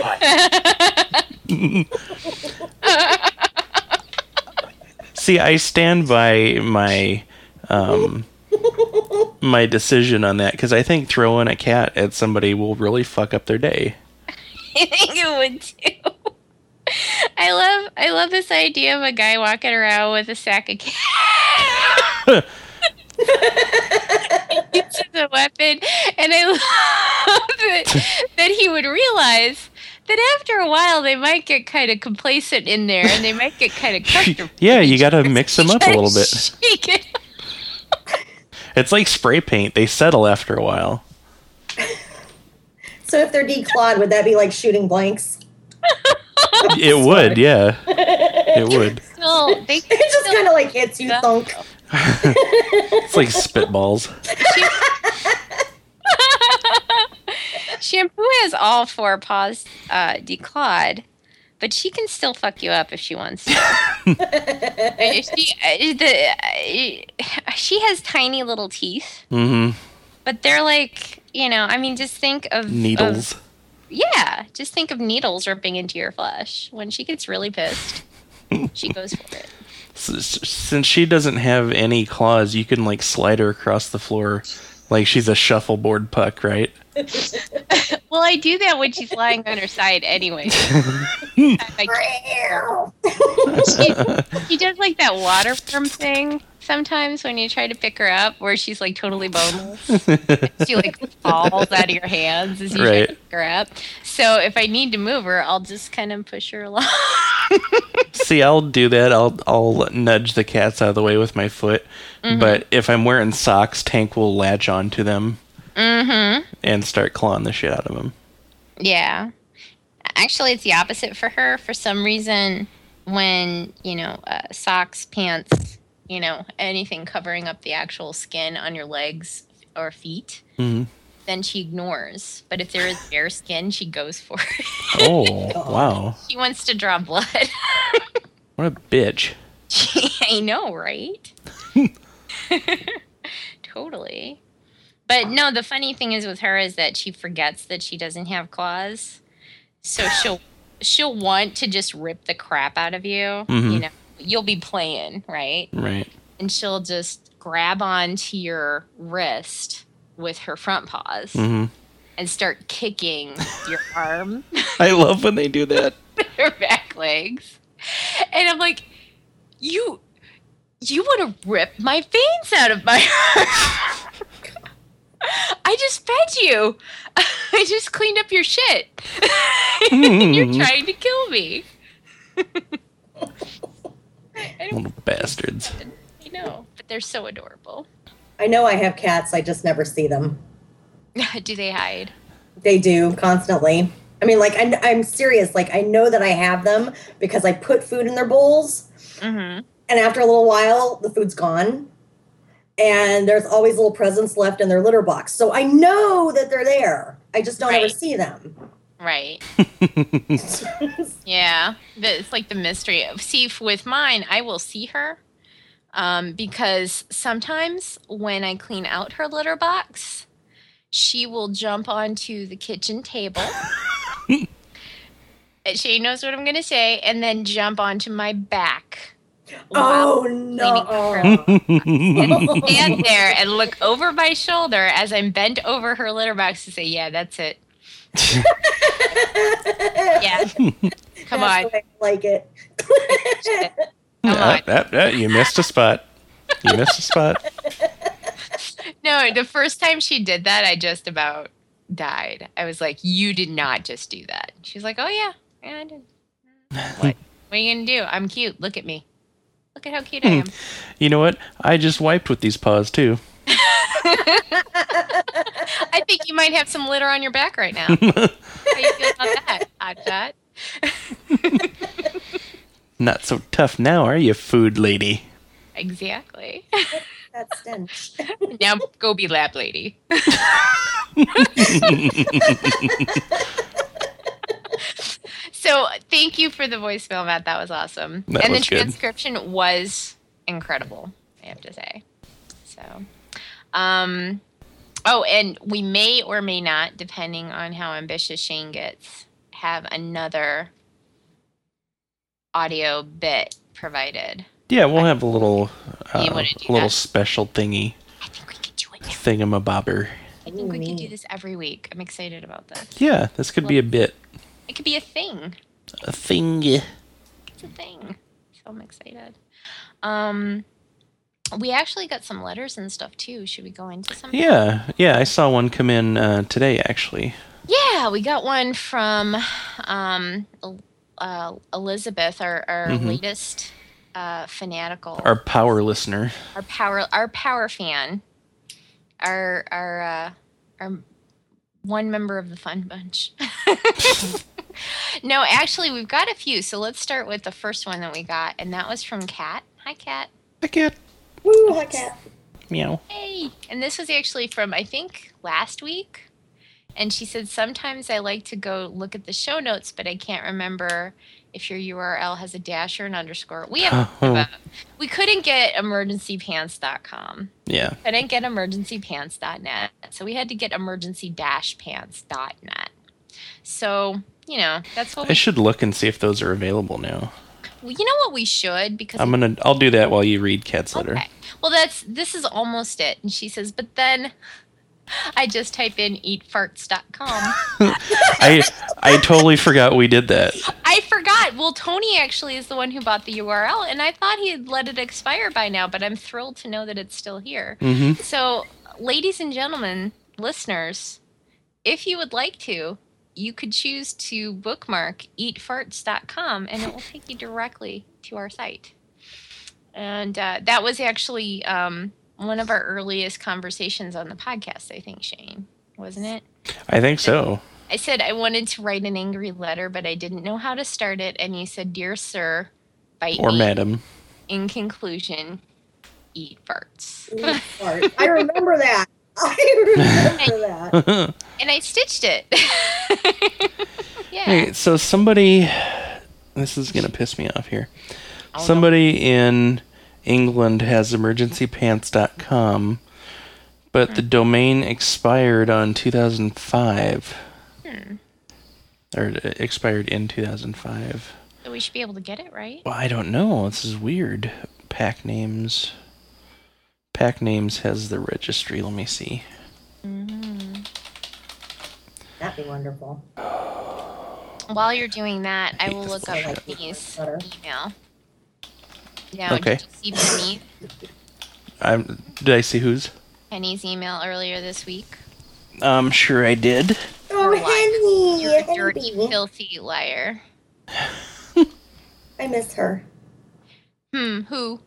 [SPEAKER 4] Bye.
[SPEAKER 1] See, I stand by my um, my decision on that because I think throwing a cat at somebody will really fuck up their day.
[SPEAKER 2] I think it would too. I love I love this idea of a guy walking around with a sack of cat. it's a weapon, and I love that, that he would realize that after a while they might get kind of complacent in there, and they might get kind of comfortable.
[SPEAKER 1] yeah, you got to mix them up a little bit.
[SPEAKER 2] Shake it.
[SPEAKER 1] It's like spray paint; they settle after a while.
[SPEAKER 3] So if they're declawed, would that be like shooting blanks?
[SPEAKER 1] It would, yeah, it would.
[SPEAKER 2] Still, they can
[SPEAKER 3] It just
[SPEAKER 2] still-
[SPEAKER 3] kind of like hits you,
[SPEAKER 2] Yeah.
[SPEAKER 3] thunk.
[SPEAKER 1] It's like spitballs.
[SPEAKER 2] Shampoo has all four paws uh, declawed, but she can still fuck you up if she wants to. Uh, she, uh, the, uh, she has tiny little teeth,
[SPEAKER 1] hmm
[SPEAKER 2] but they're like, you know, I mean, just think of
[SPEAKER 1] Needles.
[SPEAKER 2] of- yeah, just think of needles ripping into your flesh. When she gets really pissed, she goes for it.
[SPEAKER 1] S- s- Since she doesn't have any claws, you can like slide her across the floor, like she's a shuffleboard puck, right?
[SPEAKER 2] Well, I do that when she's lying on her side anyway. I- she, she does like that water worm thing sometimes when you try to pick her up, where she's like totally boneless. she like falls out of your hands as you try to
[SPEAKER 1] Right.
[SPEAKER 2] pick her up. So if I need to move her, I'll just kind of push her along.
[SPEAKER 1] See, I'll do that. I'll I'll nudge the cats out of the way with my foot. But if I'm wearing socks, Tank will latch onto them
[SPEAKER 2] mm-hmm.
[SPEAKER 1] and start clawing the shit out of them.
[SPEAKER 2] Yeah. Actually, it's the opposite for her. For some reason, when, you know, uh, socks, pants, you know, anything covering up the actual skin on your legs or feet,
[SPEAKER 1] hmm
[SPEAKER 2] then she ignores. But if there is bare skin, she goes for it.
[SPEAKER 1] Oh wow,
[SPEAKER 2] She wants to draw blood.
[SPEAKER 1] what a bitch!
[SPEAKER 2] I know, right? totally. But no, the funny thing is with her is that she forgets that she doesn't have claws. So she'll she'll want to just rip the crap out of you. You
[SPEAKER 1] Mhm.
[SPEAKER 2] know, you'll be playing, right?
[SPEAKER 1] Right.
[SPEAKER 2] And she'll just grab onto your wrist with her front paws
[SPEAKER 1] hmm
[SPEAKER 2] and start kicking your arm
[SPEAKER 1] I love when they do that.
[SPEAKER 2] her back legs. And I'm like, you you want to rip my veins out of my arm. I just fed you. I just cleaned up your shit. You're
[SPEAKER 1] Mhm.
[SPEAKER 2] trying to kill me. I don't
[SPEAKER 1] Little bastards.
[SPEAKER 2] really know, but they're so adorable.
[SPEAKER 3] I know I have cats, I just never see them.
[SPEAKER 2] Do they hide?
[SPEAKER 3] They do constantly. I mean, like, I'm, I'm serious. Like, I know that I have them because I put food in their bowls,
[SPEAKER 2] Mm-hmm.
[SPEAKER 3] and after a little while, the food's gone. And there's always little presents left in their litter box. So I know that they're there. I just don't ever
[SPEAKER 2] Right.
[SPEAKER 3] see them.
[SPEAKER 2] Right. Yeah, the- it's like the mystery of see f- with mine. I will see her um, because sometimes when I clean out her litter box, she will jump onto the kitchen table. And she knows what I'm going to say, and then jump onto my back. while
[SPEAKER 3] oh, no.
[SPEAKER 2] and stand there and look over my shoulder as I'm bent over her litter box to say, "Yeah, that's it. Yeah, come on,
[SPEAKER 3] That's the way I like it.
[SPEAKER 2] come on."
[SPEAKER 1] Ah, ah, ah, you missed a spot. You missed a spot.
[SPEAKER 2] No, the first time she did that, I just about died. I was like, "You did not just do that." She was like, "Oh yeah, yeah, I did." What? what are you gonna do? I'm cute. Look at me. Look at how cute I am.
[SPEAKER 1] You know what? I just wiped with these paws too.
[SPEAKER 2] I think you might have some litter on your back right now. how you feel about that, Hotshot?
[SPEAKER 1] Not so tough now, are you, food lady?
[SPEAKER 2] Exactly.
[SPEAKER 3] That stench.
[SPEAKER 2] now go be lab lady. so thank you for the voicemail, Matt. That was awesome.
[SPEAKER 1] That
[SPEAKER 2] and
[SPEAKER 1] was
[SPEAKER 2] the
[SPEAKER 1] good.
[SPEAKER 2] transcription was incredible, I have to say. So um oh, and we may or may not, depending on how ambitious Shane gets, have another audio bit provided.
[SPEAKER 1] Yeah, we'll have a little, uh,
[SPEAKER 2] You wanna do
[SPEAKER 1] little
[SPEAKER 2] that?
[SPEAKER 1] special thingy,
[SPEAKER 2] I think we could do it. every-
[SPEAKER 1] thingamabobber.
[SPEAKER 2] I think we could do
[SPEAKER 3] Ooh.
[SPEAKER 2] this every week. I'm excited about this.
[SPEAKER 1] Yeah, this could be a bit
[SPEAKER 2] It could be a thing.
[SPEAKER 1] a thing.
[SPEAKER 2] It's a thing. So I'm excited. Um, we actually got some letters and stuff too. Should we go into some?
[SPEAKER 1] Yeah, yeah. I saw one come in uh, today, actually.
[SPEAKER 2] Yeah, we got one from um, El- uh, Elizabeth, our, our
[SPEAKER 1] Mhm.
[SPEAKER 2] latest uh, fanatical,
[SPEAKER 1] Our power listener.
[SPEAKER 2] our power, our power fan, our our uh, our one member of the fun bunch. no, actually, we've got a few. So let's start with the first one that we got, and that was from Kat. Hi, Kat.
[SPEAKER 1] I can't.
[SPEAKER 3] Woo, hi, cat.
[SPEAKER 1] Meow.
[SPEAKER 2] Hey, and this was actually from I think last week. And she said, Sometimes I like to go look at the show notes, but I can't remember if your URL has a dash or an underscore. We have
[SPEAKER 1] Oh.
[SPEAKER 2] a, we couldn't get emergencypants.com.
[SPEAKER 1] Yeah.
[SPEAKER 2] Couldn't get emergencypants.net. So we had to get emergency pants.net. So, you know, that's what
[SPEAKER 1] I
[SPEAKER 2] we
[SPEAKER 1] should look and see if those are available now.
[SPEAKER 2] well, you know what we should because
[SPEAKER 1] I'm
[SPEAKER 2] we-
[SPEAKER 1] gonna. I'll do that while you read Cat's letter.
[SPEAKER 2] Okay. Well, that's this is almost it. And she says, but then I just type in eatfarts.com.
[SPEAKER 1] I I totally forgot we did that.
[SPEAKER 2] I forgot. Well, Tony actually is the one who bought the URL, and I thought he had let it expire by now, but I'm thrilled to know that it's still here.
[SPEAKER 1] Mm-hmm.
[SPEAKER 2] So, ladies and gentlemen, listeners, if you would like to, you could choose to bookmark eatfarts.com and it will take you directly to our site. And uh, that was actually um, one of our earliest conversations on the podcast, I think, Shane, wasn't it?
[SPEAKER 1] I think so.
[SPEAKER 2] I said I wanted to write an angry letter, but I didn't know how to start it. And you said, Dear Sir, bite
[SPEAKER 1] Or
[SPEAKER 2] me."
[SPEAKER 1] madam.
[SPEAKER 2] In conclusion, eat farts.
[SPEAKER 3] Ooh, fart. I remember that. I remember that.
[SPEAKER 2] and I stitched it. yeah.
[SPEAKER 1] Hey, so somebody, this is gonna piss me off here.
[SPEAKER 2] Oh, no.
[SPEAKER 1] somebody in England has emergencypants.com, but
[SPEAKER 2] Hmm.
[SPEAKER 1] the domain expired on 2005.
[SPEAKER 2] Hmm.
[SPEAKER 1] Or uh, expired in 2005.
[SPEAKER 2] So we should be able to get it, right?
[SPEAKER 1] Well, I don't know. This is weird. Pack names. Pack names has the registry. Let me see.
[SPEAKER 3] That'd be wonderful.
[SPEAKER 2] While you're doing that, I
[SPEAKER 1] Hate
[SPEAKER 2] will
[SPEAKER 1] this
[SPEAKER 2] look up
[SPEAKER 1] bullshit.
[SPEAKER 2] Benny's
[SPEAKER 3] Letter.
[SPEAKER 2] email. Now,
[SPEAKER 1] Okay.
[SPEAKER 2] did you see Benny,
[SPEAKER 1] I'm, did I see whose?
[SPEAKER 2] Penny's email earlier this week?
[SPEAKER 1] I'm sure I did.
[SPEAKER 3] Oh,
[SPEAKER 2] You're lying.
[SPEAKER 3] Henny,
[SPEAKER 2] You're a
[SPEAKER 3] Henny.
[SPEAKER 2] dirty, filthy liar.
[SPEAKER 3] I miss her.
[SPEAKER 2] Hmm, who?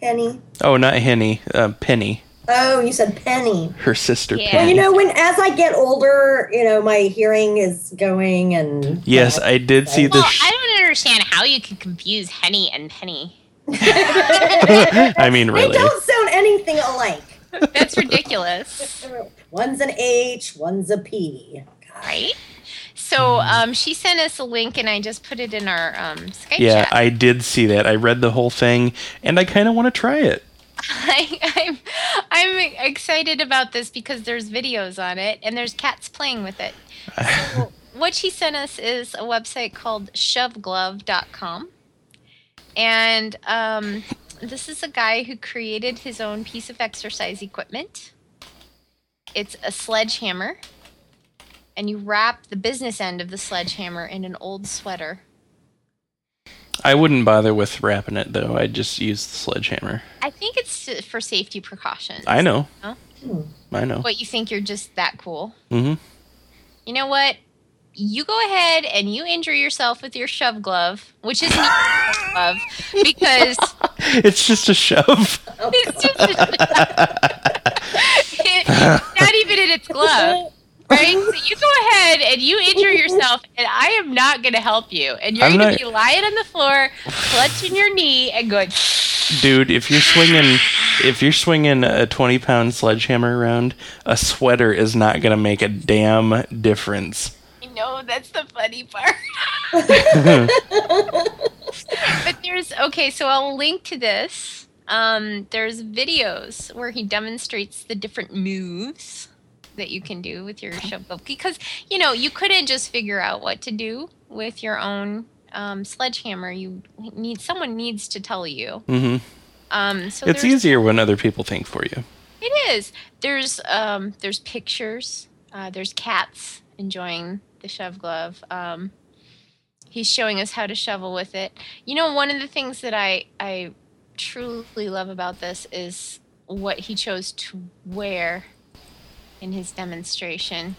[SPEAKER 3] Penny.
[SPEAKER 1] Oh, not Henny. Uh, Penny.
[SPEAKER 3] Oh, you said Penny.
[SPEAKER 1] Her sister,
[SPEAKER 2] Yeah.
[SPEAKER 1] Penny.
[SPEAKER 3] Well, you know, when as I get older, you know, my hearing is going and
[SPEAKER 1] yes, I did see the.
[SPEAKER 2] Well,
[SPEAKER 1] Sh-
[SPEAKER 2] I don't understand how you could confuse Henny and Penny.
[SPEAKER 1] I mean,
[SPEAKER 3] they
[SPEAKER 1] really.
[SPEAKER 3] don't sound anything alike.
[SPEAKER 2] That's ridiculous,
[SPEAKER 3] One's an H, one's a P.
[SPEAKER 2] right? So
[SPEAKER 1] Hmm.
[SPEAKER 2] um, she sent us a link, and I just put it in our um, Skype
[SPEAKER 1] Yeah,
[SPEAKER 2] chat.
[SPEAKER 1] I did see that. I read the whole thing, and I kind of want to try it.
[SPEAKER 2] I, I'm, I'm excited about this because there's videos on it, and there's cats playing with it. So what she sent us is a website called shoveglove.com. And um, this is a guy who created his own piece of exercise equipment. It's a sledgehammer, and you wrap the business end of the sledgehammer in an old sweater.
[SPEAKER 1] I wouldn't bother with wrapping it though. I'd just use the sledgehammer.
[SPEAKER 2] I think it's for safety precautions.
[SPEAKER 1] I know.
[SPEAKER 2] Huh?
[SPEAKER 1] I know.
[SPEAKER 2] But you think you're just that cool.
[SPEAKER 1] hmm
[SPEAKER 2] you know what? You go ahead and you injure yourself with your shove glove, which is not a glove because
[SPEAKER 1] It's just a shove.
[SPEAKER 2] it's just it, it's not even in its glove, right? So you go ahead and you injure yourself, and I am not going to help you. And you're
[SPEAKER 1] I'm
[SPEAKER 2] going
[SPEAKER 1] not-
[SPEAKER 2] to be lying on the floor, clutching your knee, and going.
[SPEAKER 1] Dude, if you're swinging, if you're swinging a 20 pound sledgehammer around, a sweater is not gonna make a damn difference.
[SPEAKER 2] I know that's the funny part.
[SPEAKER 1] Mm-hmm.
[SPEAKER 2] but there's okay, so I'll link to this. Um, there's videos where he demonstrates the different moves that you can do with your shovel because you know you couldn't just figure out what to do with your own um, sledgehammer. You need someone needs to tell you.
[SPEAKER 1] hmm
[SPEAKER 2] Um, so
[SPEAKER 1] It's
[SPEAKER 2] there's-
[SPEAKER 1] easier when other people think for you.
[SPEAKER 2] it is. There's um, there's pictures. Uh, there's cats enjoying the shove glove. Um, he's showing us how to shovel with it. You know, one of the things that I I truly love about this is what he chose to wear in his demonstration,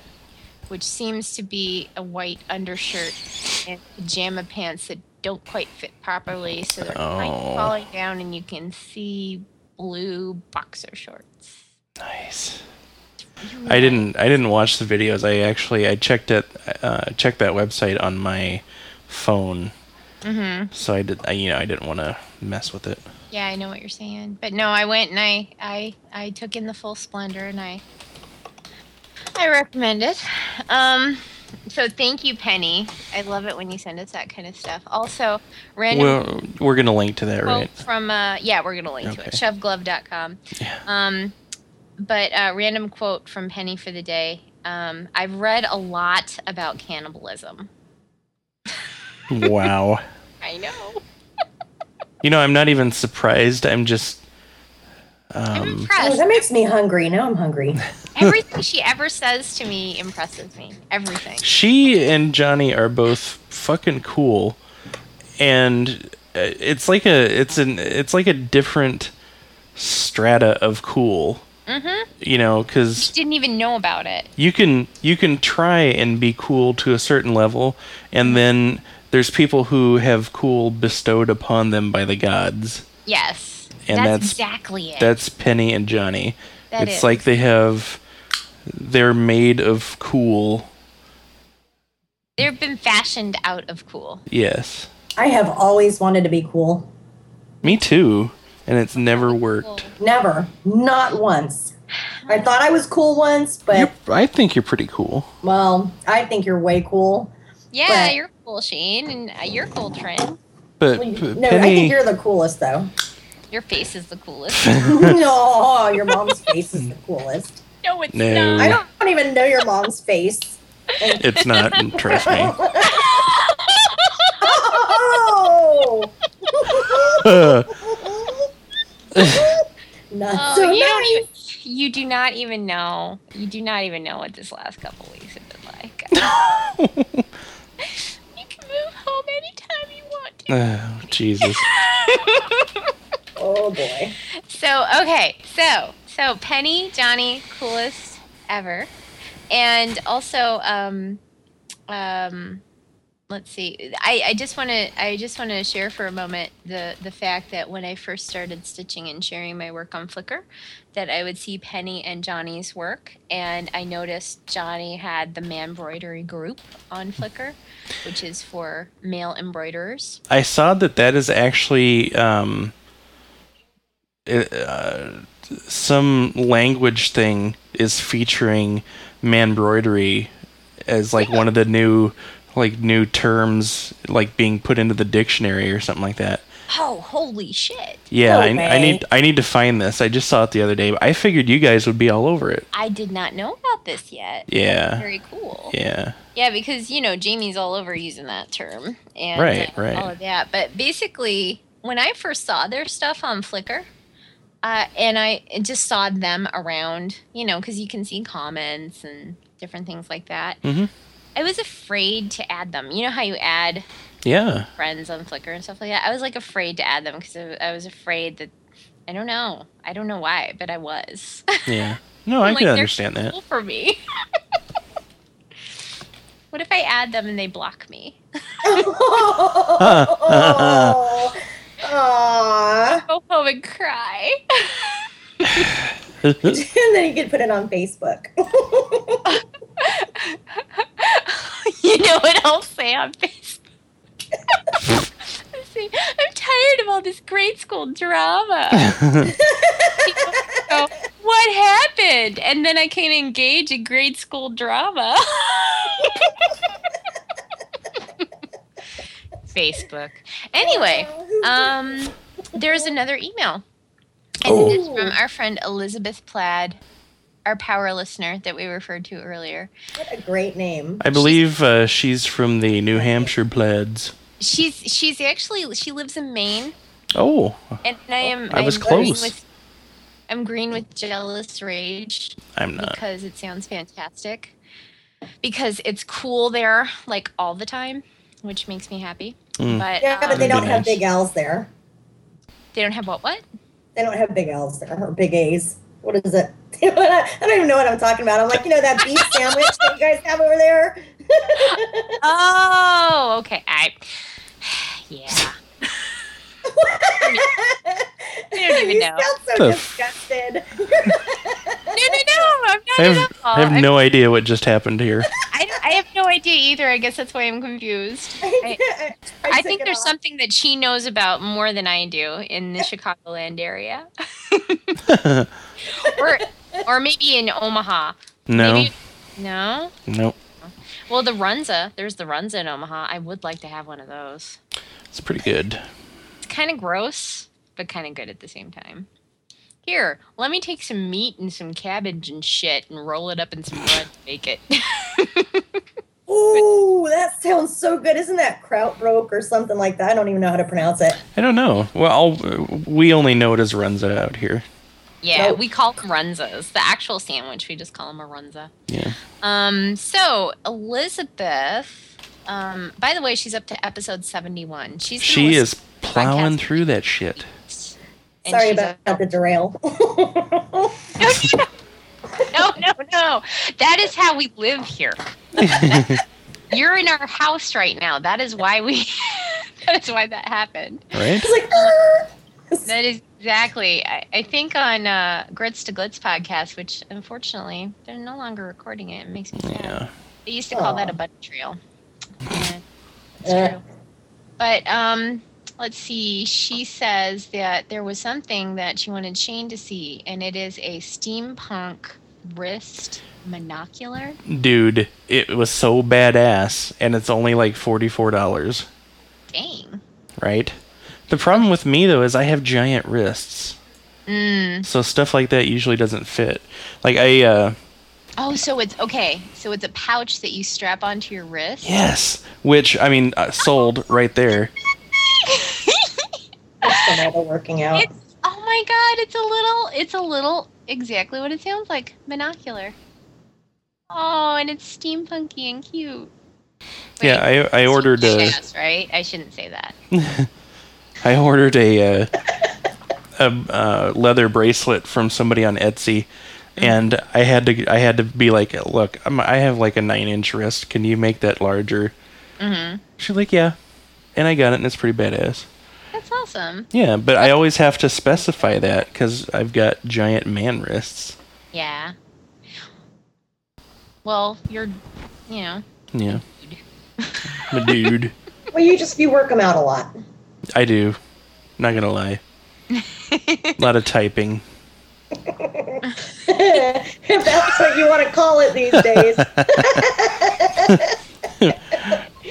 [SPEAKER 2] which seems to be a white undershirt and pajama pants that don't quite fit properly, so they're kind
[SPEAKER 1] Oh.
[SPEAKER 2] of falling down, and you can see blue boxer shorts.
[SPEAKER 1] Nice. I didn't. I didn't watch the videos. I actually I checked it. Uh, checked that website on my phone. Mm-hmm. So I did. I, you know, I didn't want to mess with it.
[SPEAKER 2] Yeah, I know what you're saying, but no, I went and I I I took in the full splendor and I I recommend it. Um, so thank you, Penny. I love it when you send us that kind of stuff. Also, random
[SPEAKER 1] Well, we're gonna link to that,
[SPEAKER 2] quote
[SPEAKER 1] right?
[SPEAKER 2] from uh yeah, we're gonna link to it.
[SPEAKER 1] Okay.
[SPEAKER 2] Shoveglove.com.
[SPEAKER 1] Yeah.
[SPEAKER 2] Um, but uh, random quote from Penny for the day. Um, I've read a lot about cannibalism.
[SPEAKER 1] wow.
[SPEAKER 2] I know.
[SPEAKER 1] You know, I'm not even surprised. I'm just.
[SPEAKER 2] I'm
[SPEAKER 1] Um,
[SPEAKER 3] Oh,
[SPEAKER 2] impressed.
[SPEAKER 3] that makes me hungry. Now I'm hungry.
[SPEAKER 2] Everything she ever says to me impresses me. Everything.
[SPEAKER 1] she and Johnny are both fucking cool, and uh, it's like a it's an it's like a different strata of cool. Mm-hmm. You know, because
[SPEAKER 2] Didn't even know about it.
[SPEAKER 1] you can you can try and be cool to a certain level, and then there's people who have cool bestowed upon them by the gods.
[SPEAKER 2] Yes.
[SPEAKER 1] And
[SPEAKER 2] that's,
[SPEAKER 1] that's-
[SPEAKER 2] exactly it.
[SPEAKER 1] That's Penny and Johnny.
[SPEAKER 2] That
[SPEAKER 1] it's
[SPEAKER 2] is.
[SPEAKER 1] like they have they're made of cool.
[SPEAKER 2] They've been fashioned out of cool.
[SPEAKER 1] Yes.
[SPEAKER 3] I have always wanted to be cool.
[SPEAKER 1] Me too. And it's never worked.
[SPEAKER 3] Never. Not once. I thought I was cool once, but
[SPEAKER 1] You're, I think you're pretty cool.
[SPEAKER 3] well, I think you're way cool.
[SPEAKER 2] Yeah,
[SPEAKER 3] But-
[SPEAKER 2] you're cool, Shane, and uh, you're cool, Trent.
[SPEAKER 1] But
[SPEAKER 3] Well, you-
[SPEAKER 1] P-
[SPEAKER 3] no, I think
[SPEAKER 1] Penny
[SPEAKER 3] you're the coolest though.
[SPEAKER 2] Your face is the coolest.
[SPEAKER 3] no, your mom's face is the coolest.
[SPEAKER 2] No, it's
[SPEAKER 1] No.
[SPEAKER 2] not.
[SPEAKER 3] I don't, even know your mom's face.
[SPEAKER 1] It's not. trust me.
[SPEAKER 3] Oh!
[SPEAKER 1] Uh,
[SPEAKER 3] Not
[SPEAKER 2] Oh,
[SPEAKER 3] so
[SPEAKER 2] you, don't
[SPEAKER 3] nice.
[SPEAKER 2] even, you do not even know. You do not even know what this last couple weeks have been like. you can move home anytime you want to.
[SPEAKER 1] oh, Jesus.
[SPEAKER 3] Oh boy.
[SPEAKER 2] So okay, so so Penny, Johnny, coolest ever, and also um, um, let's see. I, I just want to I just want to share for a moment the the fact that when I first started stitching and sharing my work on Flickr, that I would see Penny and Johnny's work, and I noticed Johnny had the Manbroidery group on Flickr, which is for male embroiderers.
[SPEAKER 1] I saw that that is actually um, it, uh, some language thing is featuring manbroidery as like one of the new like new terms like being put into the dictionary or something like that.
[SPEAKER 2] Oh, holy shit!
[SPEAKER 1] Yeah,
[SPEAKER 3] No
[SPEAKER 1] I, I
[SPEAKER 3] way.
[SPEAKER 1] need I need to find this. I just saw it the other day. But I figured you guys would be all over it.
[SPEAKER 2] I did not know about this yet.
[SPEAKER 1] Yeah,
[SPEAKER 2] Very cool.
[SPEAKER 1] yeah.
[SPEAKER 2] Yeah, because you know Jamie's all over using that term and
[SPEAKER 1] Right,
[SPEAKER 2] uh,
[SPEAKER 1] right.
[SPEAKER 2] all of that. But basically, when I first saw their stuff on Flickr, uh, and I it just saw them around, you know, because you can see comments and different things like that.
[SPEAKER 1] Mhm.
[SPEAKER 2] I was afraid to add them. You know how you add
[SPEAKER 1] Yeah.
[SPEAKER 2] friends on Flickr and stuff like that. I was like afraid to add them because I, I was afraid that I don't know. I don't know why, but I was.
[SPEAKER 1] Yeah. No, I
[SPEAKER 2] I'm like,
[SPEAKER 1] can
[SPEAKER 2] they're
[SPEAKER 1] understand that.
[SPEAKER 2] cool for me. what if I add them and they block me?
[SPEAKER 3] Oh. Aw.
[SPEAKER 2] Go home and cry.
[SPEAKER 3] and then you could put it on Facebook.
[SPEAKER 2] you know what I'll say on Facebook? I'll say, I'm tired of all this grade school drama. So, what happened? And then I can engage in grade school drama. Facebook. Anyway. Um, there's another email. And
[SPEAKER 1] Oh.
[SPEAKER 2] it is from our friend Elizabeth Plaid, our power listener that we referred to earlier.
[SPEAKER 3] what a great name.
[SPEAKER 1] I believe uh, she's from the New Hampshire Plaids.
[SPEAKER 2] She's she's actually she lives in Maine,
[SPEAKER 1] Oh,
[SPEAKER 2] and I am
[SPEAKER 1] I was
[SPEAKER 2] I'm green
[SPEAKER 1] close.
[SPEAKER 2] With, I'm green with jealous rage
[SPEAKER 1] I'm not.
[SPEAKER 2] because it sounds fantastic. Because it's cool there, like all the time, which makes me happy.
[SPEAKER 1] Mm.
[SPEAKER 2] But,
[SPEAKER 3] Yeah, but
[SPEAKER 2] um,
[SPEAKER 3] they
[SPEAKER 1] That'd
[SPEAKER 3] don't
[SPEAKER 1] be
[SPEAKER 3] have
[SPEAKER 1] nice.
[SPEAKER 3] big L's there.
[SPEAKER 2] they don't have what what?
[SPEAKER 3] They don't have big L's there or big A's. What is it? I don't even know what I'm talking about. I'm like, you know that beef sandwich that you guys have over there?
[SPEAKER 2] Oh, okay. I yeah.
[SPEAKER 3] you
[SPEAKER 2] don't even know.
[SPEAKER 3] sound so
[SPEAKER 1] The f-
[SPEAKER 3] disgusted.
[SPEAKER 2] No, no, no. I'm not
[SPEAKER 1] I
[SPEAKER 2] at
[SPEAKER 1] have,
[SPEAKER 2] all.
[SPEAKER 1] I have
[SPEAKER 2] I'm
[SPEAKER 1] no idea what just happened here.
[SPEAKER 2] I, I have no idea either. I guess that's why I'm confused. I, I
[SPEAKER 3] took
[SPEAKER 2] think
[SPEAKER 3] it
[SPEAKER 2] there's
[SPEAKER 3] off.
[SPEAKER 2] something that she knows about more than I do in the Chicagoland area, or or maybe in Omaha.
[SPEAKER 1] no,
[SPEAKER 2] Maybe, no.
[SPEAKER 1] no,
[SPEAKER 2] Well, the Runza. There's the Runza in Omaha. I would like to have one of those.
[SPEAKER 1] it's pretty good.
[SPEAKER 2] It's kind of gross, but kind of good at the same time. Here, let me take some meat and some cabbage and shit and roll it up in some bread and bake it.
[SPEAKER 3] Ooh, that sounds so good. Isn't that Krautbrook or something like that? I don't even know how to pronounce it.
[SPEAKER 1] I don't know. Well, I'll, uh, we only know it as Runza out here.
[SPEAKER 2] yeah,
[SPEAKER 3] Nope.
[SPEAKER 2] we call them Runzas. The actual sandwich, we just call them a Runza.
[SPEAKER 1] Yeah.
[SPEAKER 2] Um, so Elizabeth, um, by the way, she's up to episode seventy-one. She's gonna
[SPEAKER 1] She is
[SPEAKER 2] listen
[SPEAKER 1] plowing
[SPEAKER 2] podcast.
[SPEAKER 1] through that shit.
[SPEAKER 2] and
[SPEAKER 3] Sorry
[SPEAKER 2] she's
[SPEAKER 3] about, the derail.
[SPEAKER 2] like, No, no, no. That is how we live here. You're in our house right now. That is why we. that is why that happened.
[SPEAKER 1] Right?
[SPEAKER 3] it's like, "Ah."
[SPEAKER 2] That is exactly. I, I think on uh, Grits to Glitz podcast, which unfortunately they're no longer recording it. It makes me sad.
[SPEAKER 1] Yeah.
[SPEAKER 2] They used to call that
[SPEAKER 3] Aw.
[SPEAKER 2] a bunny trail. Yeah, it's
[SPEAKER 3] Uh.
[SPEAKER 2] true. But um, let's see. She says that there was something that she wanted Shane to see, and it is a steampunk wrist monocular.
[SPEAKER 1] Dude, it was so badass, and it's only like $44,
[SPEAKER 2] Dang.
[SPEAKER 1] right? The problem with me, though, is I have giant wrists.
[SPEAKER 2] Mm.
[SPEAKER 1] So stuff like that usually doesn't fit. Like I uh
[SPEAKER 2] Oh, so it's okay. So it's a pouch that you strap onto your wrist.
[SPEAKER 1] yes, which I mean uh, sold right there.
[SPEAKER 3] That's another working out.
[SPEAKER 2] It's oh my god, it's a little it's a little exactly what it sounds like. Monocular. Oh, and it's steampunky and cute.
[SPEAKER 1] Yeah, I I ordered uh, a
[SPEAKER 2] Yes, right? I shouldn't say that.
[SPEAKER 1] I ordered a uh, a uh, leather bracelet from somebody on Etsy,
[SPEAKER 2] Mm.
[SPEAKER 1] and I had to I had to be like, look, I'm, I have like a nine inch wrist. Can you make that larger?
[SPEAKER 2] Mhm.
[SPEAKER 1] She's like, yeah, and I got it, and it's pretty badass.
[SPEAKER 2] That's awesome.
[SPEAKER 1] Yeah, but I always have to specify that because I've got giant man wrists.
[SPEAKER 2] Yeah. Well, you're you know,
[SPEAKER 1] Yeah, I'm a dude.
[SPEAKER 3] Well, you just you work them out a lot.
[SPEAKER 1] I do. Not gonna lie. a lot of typing.
[SPEAKER 3] if that's what you want to call it these days.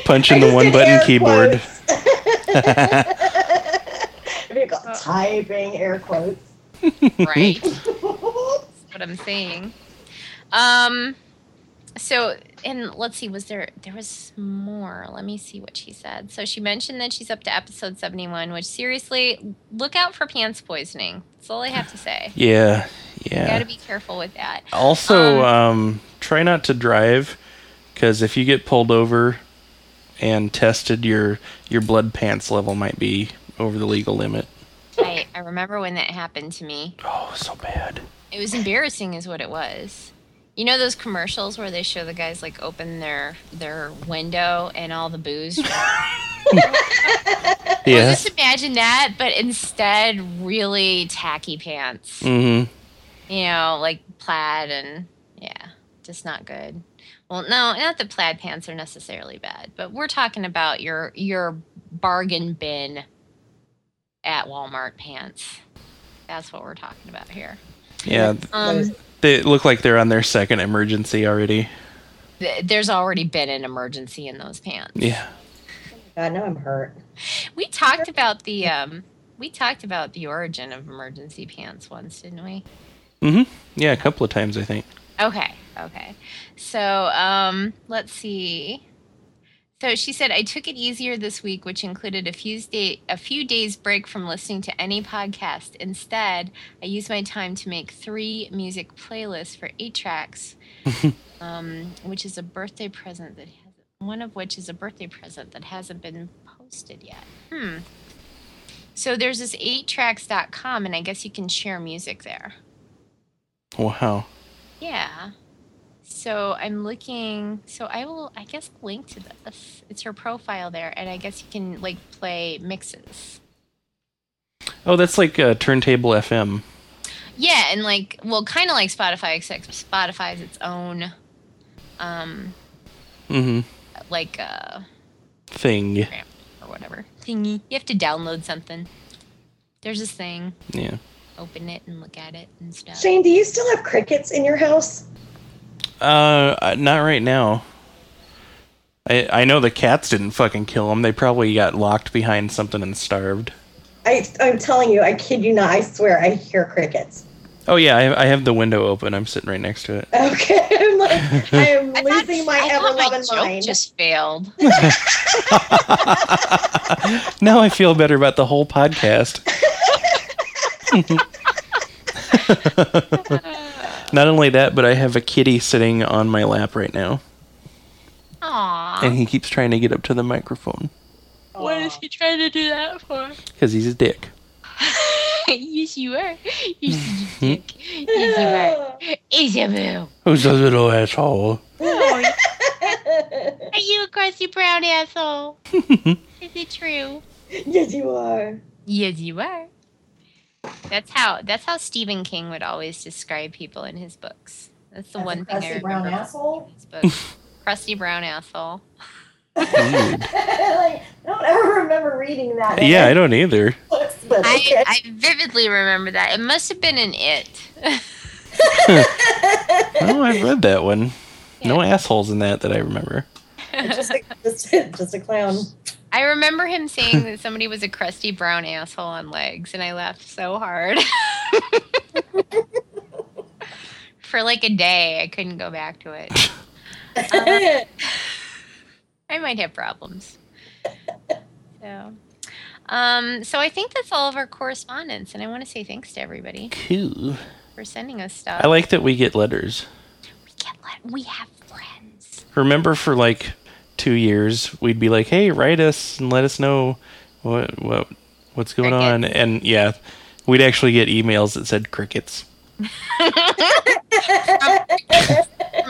[SPEAKER 1] Punching the one button keyboard.
[SPEAKER 3] if you call
[SPEAKER 2] Uh,
[SPEAKER 3] typing air quotes.
[SPEAKER 2] right? what I'm saying. Um, so and let's see, was there there was more? Let me see what she said. So she mentioned that she's up to episode 71, which seriously, look out for pants poisoning. That's all I have to say.
[SPEAKER 1] Yeah,
[SPEAKER 2] You
[SPEAKER 1] yeah.
[SPEAKER 2] gotta be careful with that.
[SPEAKER 1] Also, um, try not to drive because if you get pulled over and tested, your your blood pants level might be over the legal limit.
[SPEAKER 2] I, I remember when that happened to me.
[SPEAKER 1] Oh, so bad.
[SPEAKER 2] It was embarrassing, is what it was. You know those commercials where they show the guys like open their their window and all the booze Well,
[SPEAKER 1] Yes.
[SPEAKER 2] just imagine that, but instead, really tacky pants.
[SPEAKER 1] Mm-hmm.
[SPEAKER 2] You know, like plaid and yeah, just not good. Well, no, not that plaid pants are necessarily bad, but we're talking about your your bargain bin at Walmart pants. That's what we're talking about here.
[SPEAKER 1] Yeah, th-
[SPEAKER 2] Um,
[SPEAKER 1] they look like they're on their second emergency already.
[SPEAKER 2] th- there's already been an emergency in those pants.
[SPEAKER 1] Yeah.
[SPEAKER 3] God, now I'm hurt.
[SPEAKER 2] We talked about the um, we talked about the origin of emergency pants once, didn't we?
[SPEAKER 1] Mm-hmm. Yeah, a couple of times I think.
[SPEAKER 2] Okay. Okay. So, um, let's see. So she said, I took it easier this week, which included a few day, a few days break from listening to any podcast. Instead, I used my time to make three music playlists for eight tracks, um, which is a birthday present that has one of which is a birthday present that hasn't been posted yet. Hmm. So there's this eighttracks.com, and I guess you can share music there.
[SPEAKER 1] Wow.
[SPEAKER 2] Yeah. So I'm looking. So I will, I guess, link to this. It's her profile there, and I guess you can like play mixes.
[SPEAKER 1] Oh, that's like uh, turntable FM.
[SPEAKER 2] Yeah, and like, well, kind of like Spotify, except Spotify's its own, um,
[SPEAKER 1] Mm-hmm.
[SPEAKER 2] like uh,
[SPEAKER 1] Thing.
[SPEAKER 2] program or whatever thingy. You have to download something. There's this thing.
[SPEAKER 1] Yeah.
[SPEAKER 2] Open it and look at it and stuff.
[SPEAKER 3] Shane, do you still have crickets in your house?
[SPEAKER 1] Uh, uh, not right now. I I know the cats didn't fucking kill them. They probably got locked behind something and starved.
[SPEAKER 3] I, I'm telling you, I kid you not. I swear, I hear crickets.
[SPEAKER 1] Oh yeah, I, I have the window open. I'm sitting right next to it.
[SPEAKER 3] Okay, I'm like, I am
[SPEAKER 2] I thought-
[SPEAKER 3] losing my
[SPEAKER 2] I
[SPEAKER 3] ever
[SPEAKER 2] thought
[SPEAKER 3] loving
[SPEAKER 2] joke
[SPEAKER 3] mind.
[SPEAKER 2] Just failed.
[SPEAKER 1] Now I feel better about the whole podcast. Not only that, but I have a kitty sitting on my lap right now,
[SPEAKER 2] Aww.
[SPEAKER 1] and he keeps trying to get up to the microphone
[SPEAKER 2] What is he trying to do that for?
[SPEAKER 1] because he's a dick.
[SPEAKER 2] yes, you are. Yes, you dick. Yes, you are. Yes, you boo.
[SPEAKER 1] Who's a little asshole?
[SPEAKER 2] Are you a crusty brown asshole? Is it true?
[SPEAKER 3] yes, you are.
[SPEAKER 2] Yes, you are. That's how that's how Stephen King would always describe people in his books. That's the
[SPEAKER 3] As a
[SPEAKER 2] one thing I
[SPEAKER 3] crusty
[SPEAKER 2] remember.
[SPEAKER 3] brown
[SPEAKER 2] about
[SPEAKER 3] asshole?
[SPEAKER 2] His books. crusty brown asshole.
[SPEAKER 1] Dude.
[SPEAKER 3] like, I don't ever remember reading that. in
[SPEAKER 1] yeah, I
[SPEAKER 3] my
[SPEAKER 1] don't either.
[SPEAKER 3] books, but okay.
[SPEAKER 2] I, I vividly remember that. It must have been an it.
[SPEAKER 1] Oh, I've read that one. No
[SPEAKER 2] Yeah.
[SPEAKER 1] assholes in that that I remember.
[SPEAKER 3] just, a, just, just a clown.
[SPEAKER 2] I remember him saying that somebody was a crusty brown asshole on legs, and I laughed so hard. For like a day, I couldn't go back to it. Uh, I might have problems. So, um, so I think that's all of our correspondence, and I want to say thanks to everybody
[SPEAKER 1] Cool.
[SPEAKER 2] for sending us stuff.
[SPEAKER 1] I like that we get letters.
[SPEAKER 2] we can't let we have friends.
[SPEAKER 1] Remember, for like two years, we'd be like, "Hey, write us and let us know what what what's going on."
[SPEAKER 2] Crickets.
[SPEAKER 1] And yeah, we'd actually get emails that said crickets.
[SPEAKER 2] From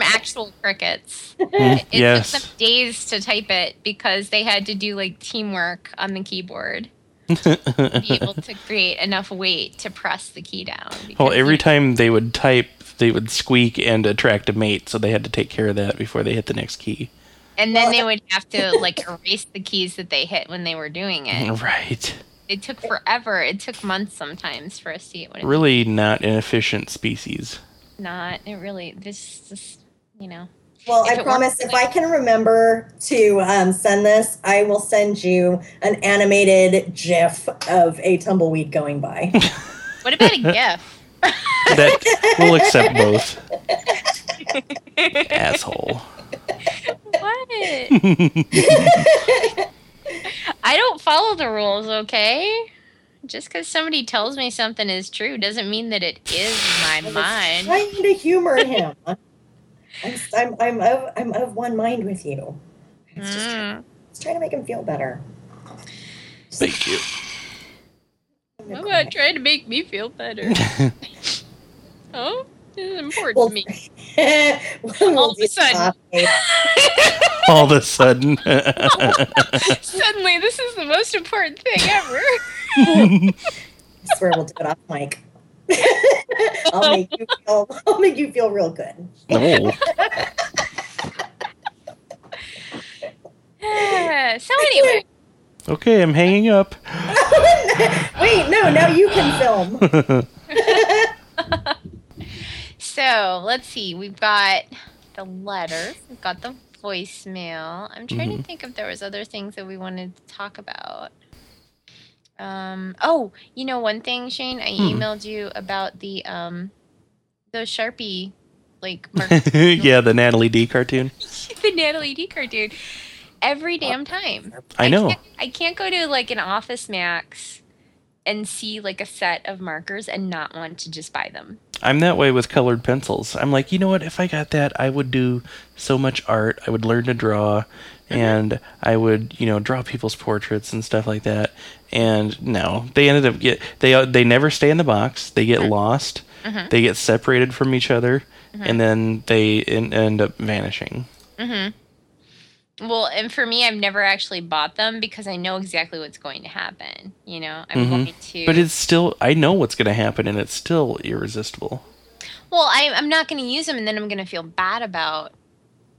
[SPEAKER 2] actual crickets.
[SPEAKER 1] Hmm,
[SPEAKER 2] It took
[SPEAKER 1] yes,
[SPEAKER 2] them days to type it because they had to do like teamwork on the keyboard. to be able to create enough weight to press the key down.
[SPEAKER 1] Well,
[SPEAKER 2] because
[SPEAKER 1] every
[SPEAKER 2] you-
[SPEAKER 1] time they would type, they would squeak and attract a mate, so they had to take care of that before they hit the next key.
[SPEAKER 2] and then they would have to like erase the keys that they hit when they were doing
[SPEAKER 1] Mm.
[SPEAKER 2] it.
[SPEAKER 1] Right.
[SPEAKER 2] It took forever. It took months sometimes for us to get what it was.
[SPEAKER 1] Really not an efficient species.
[SPEAKER 2] Not. It really. This just you know.
[SPEAKER 3] Well,
[SPEAKER 2] If
[SPEAKER 3] I
[SPEAKER 2] it
[SPEAKER 3] promise
[SPEAKER 2] works,
[SPEAKER 3] if I
[SPEAKER 2] like-
[SPEAKER 3] can remember to um, send this, I will send you an animated GIF of a tumbleweed going by.
[SPEAKER 2] What about a GIF?
[SPEAKER 1] That we'll accept both. Asshole.
[SPEAKER 2] What? I don't follow the rules. Okay. Just because somebody tells me something is true doesn't mean that it is my mind.
[SPEAKER 3] Trying to humor him. I'm, s- I'm, I'm, of, I'm of one mind with you. It's just,
[SPEAKER 2] Mm.
[SPEAKER 3] just trying to make him feel better.
[SPEAKER 1] Thank you.
[SPEAKER 2] How about trying to make me feel better? oh, this is important
[SPEAKER 3] Well-
[SPEAKER 2] to me.
[SPEAKER 3] We'll
[SPEAKER 2] All of a
[SPEAKER 3] do
[SPEAKER 2] sudden.
[SPEAKER 3] that.
[SPEAKER 1] All of a sudden.
[SPEAKER 2] Suddenly, this is the most important thing ever.
[SPEAKER 3] I swear we'll do it off mic. I'll make you feel. I'll make you feel real good.
[SPEAKER 1] no.
[SPEAKER 2] so anyway,
[SPEAKER 1] Okay, I'm hanging up.
[SPEAKER 3] Wait, no. Now you can film.
[SPEAKER 2] so let's see. We've got the letter. We've got the voicemail. I'm trying
[SPEAKER 1] Mm-hmm.
[SPEAKER 2] to think if there was other things that we wanted to talk about. Um. Oh, you know one thing, Shane. I
[SPEAKER 1] Hmm.
[SPEAKER 2] emailed you about the um, those Sharpie like markers
[SPEAKER 1] yeah, the Natalie D cartoon.
[SPEAKER 2] the Natalie D cartoon every damn time.
[SPEAKER 1] I know.
[SPEAKER 2] can't, I can't go to like an Office Max and see like a set of markers and not want to just buy them.
[SPEAKER 1] I'm that way with colored pencils. I'm like, you know what? If I got that, I would do so much art. I would learn to draw, and I would, you know, draw people's portraits and stuff like that. And no, they ended up get they uh, they never stay in the box. They get lost. They get separated from each other, and then they en- end up vanishing. Mm-hmm.
[SPEAKER 2] Well, and for me, I've never actually bought them because I know exactly what's going to happen. You know, I'm
[SPEAKER 1] Mhm.
[SPEAKER 2] going to.
[SPEAKER 1] But it's still, I know what's going to happen, and it's still irresistible.
[SPEAKER 2] well, I, I'm not going to use them, and then I'm going to feel bad about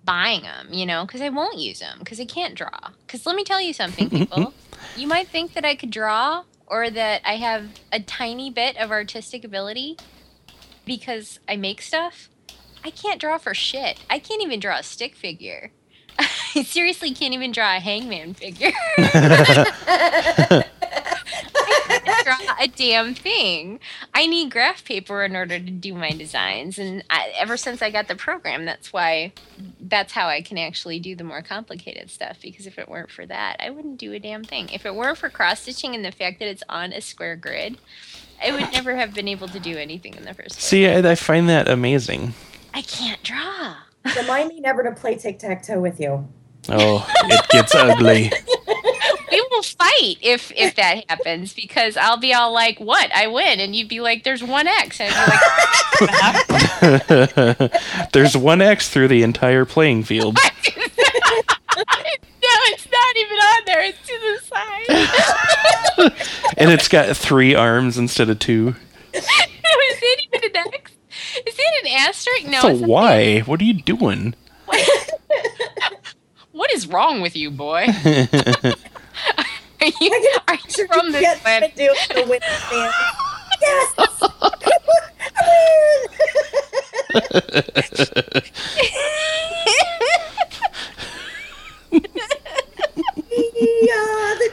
[SPEAKER 2] buying them. You know, because I won't use them because I can't draw. Because let me tell you something, people. you might think that I could draw or that I have a tiny bit of artistic ability because I make stuff. I can't draw for shit. I can't even draw a stick figure. I seriously can't even draw a hangman figure. I can't draw a damn thing. I need graph paper in order to do my designs, and I, ever since I got the program, that's why that's how I can actually do the more complicated stuff because if it weren't for that, I wouldn't do a damn thing. If it weren't for cross stitching and the fact that it's on a square grid, I would never have been able to do anything in the first place.
[SPEAKER 1] See, I, I find that amazing.
[SPEAKER 2] I can't draw.
[SPEAKER 3] Remind me never to play tic tac toe with you.
[SPEAKER 1] Oh, it gets ugly.
[SPEAKER 2] We will fight if if that happens because I'll be all like, "What? I win," and you'd be like, "There's one X," and I'd be like,
[SPEAKER 1] There's one X through the entire playing field.
[SPEAKER 2] "No, it's not even on there. It's to the side."
[SPEAKER 1] And it's got three arms instead of two.
[SPEAKER 2] Is it even an X? Is it an asterisk? No.
[SPEAKER 1] So
[SPEAKER 2] it's a-
[SPEAKER 1] why? What are you doing?
[SPEAKER 2] What is wrong with you, boy? Are
[SPEAKER 3] I
[SPEAKER 2] you,
[SPEAKER 3] can
[SPEAKER 2] are
[SPEAKER 3] picture
[SPEAKER 2] you from
[SPEAKER 3] you
[SPEAKER 2] this
[SPEAKER 3] get
[SPEAKER 2] planet?
[SPEAKER 3] to do the wind fan. Yes! I win! we are the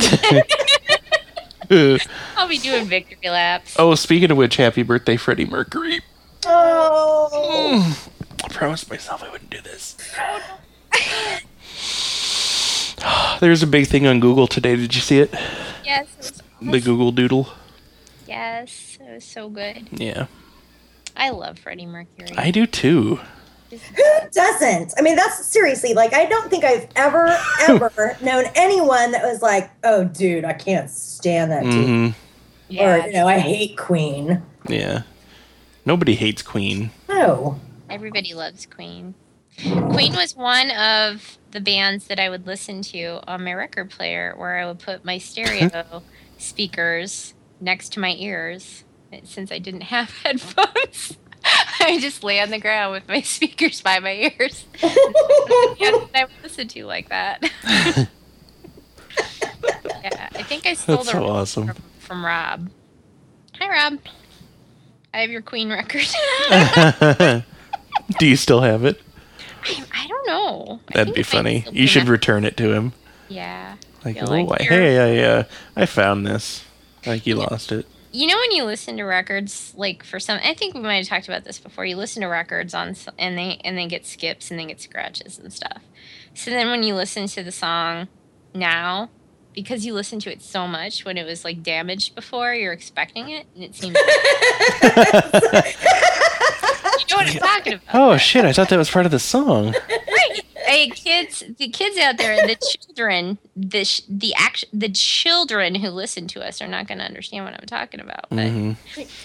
[SPEAKER 3] champions.
[SPEAKER 1] That's
[SPEAKER 2] I'll be doing victory laps.
[SPEAKER 1] Oh, speaking of which, happy birthday, Freddie Mercury.
[SPEAKER 3] Oh,
[SPEAKER 1] I promised myself I wouldn't do this. There's a big thing on Google today. Did you see it?
[SPEAKER 2] Yes, it was awesome.
[SPEAKER 1] The Google Doodle.
[SPEAKER 2] yes, it was so good.
[SPEAKER 1] Yeah,
[SPEAKER 2] I love Freddie Mercury.
[SPEAKER 1] I do too.
[SPEAKER 3] who doesn't? I mean, that's seriously like I don't think I've ever ever known anyone that was like, "Oh, dude, I can't stand that dude,"
[SPEAKER 1] hmm
[SPEAKER 2] yeah,
[SPEAKER 3] or you know, "I hate Queen."
[SPEAKER 1] Yeah. Nobody hates Queen.
[SPEAKER 3] No,
[SPEAKER 2] everybody loves Queen. Queen was one of the bands that I would listen to on my record player, where I would put my stereo speakers next to my ears. Since I didn't have headphones, I just lay on the ground with my speakers by my ears. yeah, I would listen to like that. yeah, I think I stole
[SPEAKER 1] That's
[SPEAKER 2] the
[SPEAKER 1] so awesome.
[SPEAKER 2] from, from Rob. Hi, Rob. I have your Queen record.
[SPEAKER 1] do you still have it?
[SPEAKER 2] I, I don't know. I
[SPEAKER 1] That'd
[SPEAKER 2] think
[SPEAKER 1] be
[SPEAKER 2] it might
[SPEAKER 1] funny.
[SPEAKER 2] still be
[SPEAKER 1] You should
[SPEAKER 2] in
[SPEAKER 1] return it to him.
[SPEAKER 2] that- yeah.
[SPEAKER 1] Like,
[SPEAKER 2] Feel
[SPEAKER 1] oh,
[SPEAKER 2] like
[SPEAKER 1] I,
[SPEAKER 2] you're-
[SPEAKER 1] hey, I, uh, I found this. Like, you lost it.
[SPEAKER 2] You know when you listen to records, like for some, I think we might have talked about this before. You listen to records on, s- and they and they get skips and they get scratches and stuff. So then when you listen to the song now, because you listen to it so much when it was like damaged before, you're expecting it, and it seems. you know what I'm talking about?
[SPEAKER 1] Oh
[SPEAKER 2] right?
[SPEAKER 1] shit! I thought that was part of the song.
[SPEAKER 2] hey kids the kids out there the children the sh- the act the children who listen to us are not going to understand what i'm talking about but
[SPEAKER 1] hmm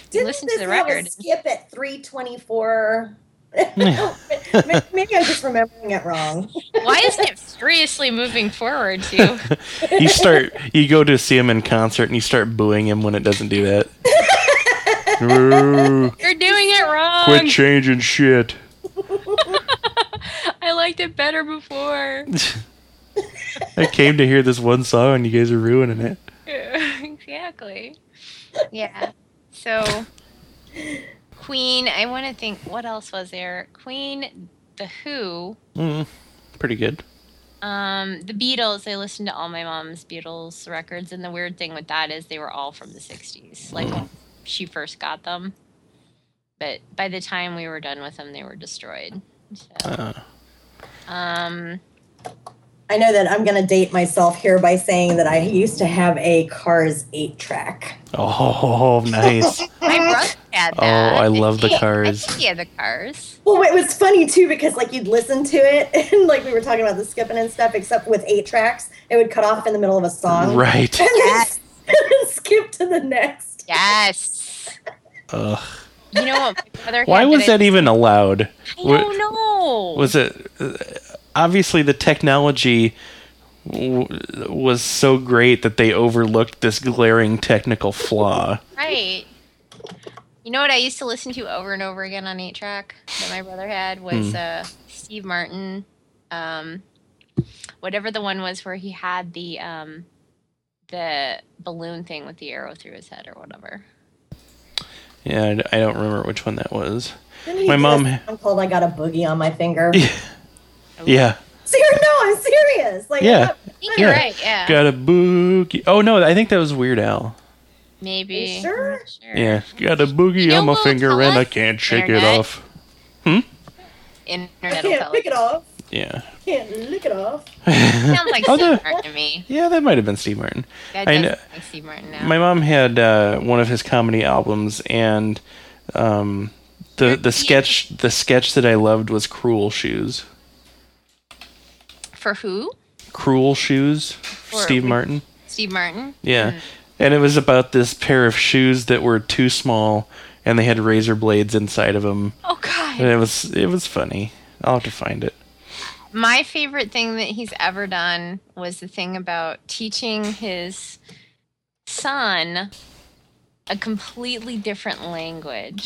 [SPEAKER 3] didn't
[SPEAKER 2] listen
[SPEAKER 3] this
[SPEAKER 2] to the
[SPEAKER 3] have a
[SPEAKER 2] record.
[SPEAKER 3] skip at three twenty four?
[SPEAKER 1] Yeah.
[SPEAKER 3] Maybe I'm just remembering it wrong.
[SPEAKER 2] why isn't it furiously moving forward to
[SPEAKER 1] You start, you go to see him in concert, and you start booing him when it doesn't do that. Ooh,
[SPEAKER 2] you're doing it wrong
[SPEAKER 1] quit changing shit.
[SPEAKER 2] i liked it better before
[SPEAKER 1] I came to hear this one song, and you guys are ruining it.
[SPEAKER 2] exactly yeah so queen i want to think what else was there queen the who
[SPEAKER 1] Mm, pretty good.
[SPEAKER 2] Um, the Beatles, I listened to all my mom's Beatles records, and the weird thing with that is they were all from the 60s, like when she first got them. But by the time we were done with them, they were destroyed. So,
[SPEAKER 1] Uh,
[SPEAKER 2] um,
[SPEAKER 3] I know that I'm going to date myself here by saying that I used to have a Cars 8 track.
[SPEAKER 1] oh, nice.
[SPEAKER 2] my brother had
[SPEAKER 1] Oh,
[SPEAKER 2] that.
[SPEAKER 1] I love the
[SPEAKER 2] He-
[SPEAKER 1] Cars.
[SPEAKER 2] I think he had the cars.
[SPEAKER 3] Well, it was funny too because like you'd listen to it and like we were talking about the skipping and stuff, except with eight tracks, it would cut off in the middle of a song.
[SPEAKER 1] Right.
[SPEAKER 3] And then,
[SPEAKER 2] Yes.
[SPEAKER 3] and then skip to the next.
[SPEAKER 2] Yes.
[SPEAKER 1] Ugh.
[SPEAKER 2] You know what? My brother
[SPEAKER 1] Why
[SPEAKER 2] had
[SPEAKER 1] was that even allowed?
[SPEAKER 2] I,
[SPEAKER 1] wa-
[SPEAKER 2] don't know.
[SPEAKER 1] was it uh, obviously the technology w- was so great that they overlooked this glaring technical flaw
[SPEAKER 2] Right. You know what I used to listen to over and over again on 8 track that my brother had was
[SPEAKER 1] Hmm.
[SPEAKER 2] uh, Steve Martin, um, whatever the one was where he had the um, the balloon thing with the arrow through his head or whatever.
[SPEAKER 1] yeah I d- i don't remember which one that was
[SPEAKER 3] Didn't he
[SPEAKER 1] My
[SPEAKER 3] do a
[SPEAKER 1] mom-
[SPEAKER 3] song called "I Got a Boogie on My Finger."
[SPEAKER 2] Oh,
[SPEAKER 1] yeah
[SPEAKER 3] Ser- no, I'm serious. Like,
[SPEAKER 1] Yeah.
[SPEAKER 2] I think you're
[SPEAKER 1] Yeah.
[SPEAKER 2] right. Yeah.
[SPEAKER 1] got a boogie oh no i think that was weird al
[SPEAKER 2] Maybe.
[SPEAKER 3] You sure?
[SPEAKER 2] Sure.
[SPEAKER 1] yeah got a boogie
[SPEAKER 2] You know
[SPEAKER 1] on my
[SPEAKER 2] what will
[SPEAKER 1] finger
[SPEAKER 2] tell
[SPEAKER 1] and i
[SPEAKER 2] us?
[SPEAKER 1] can't shake it
[SPEAKER 2] Internet.
[SPEAKER 1] off
[SPEAKER 3] I
[SPEAKER 2] Internet will
[SPEAKER 3] can't
[SPEAKER 2] tell
[SPEAKER 3] pick it off.
[SPEAKER 1] yeah
[SPEAKER 3] Can't lick it off.
[SPEAKER 2] Sounds like
[SPEAKER 1] Oh,
[SPEAKER 2] Steve
[SPEAKER 1] the-
[SPEAKER 2] Martin to me.
[SPEAKER 1] yeah that might have been steve martin
[SPEAKER 2] That
[SPEAKER 1] I
[SPEAKER 2] does
[SPEAKER 1] know-
[SPEAKER 2] sound like Steve Martin now.
[SPEAKER 1] my mom had uh, one of his comedy albums and um, the the sketch the sketch that i loved was cruel shoes
[SPEAKER 2] For who?
[SPEAKER 1] cruel shoes steve
[SPEAKER 2] which-
[SPEAKER 1] martin
[SPEAKER 2] Steve Martin?
[SPEAKER 1] Yeah. And it was about this pair of shoes that were too small and they had razor blades inside of them.
[SPEAKER 2] Oh, God.
[SPEAKER 1] And it was it was funny. I'll have to find it.
[SPEAKER 2] my favorite thing that he's ever done was the thing about teaching his son a completely different language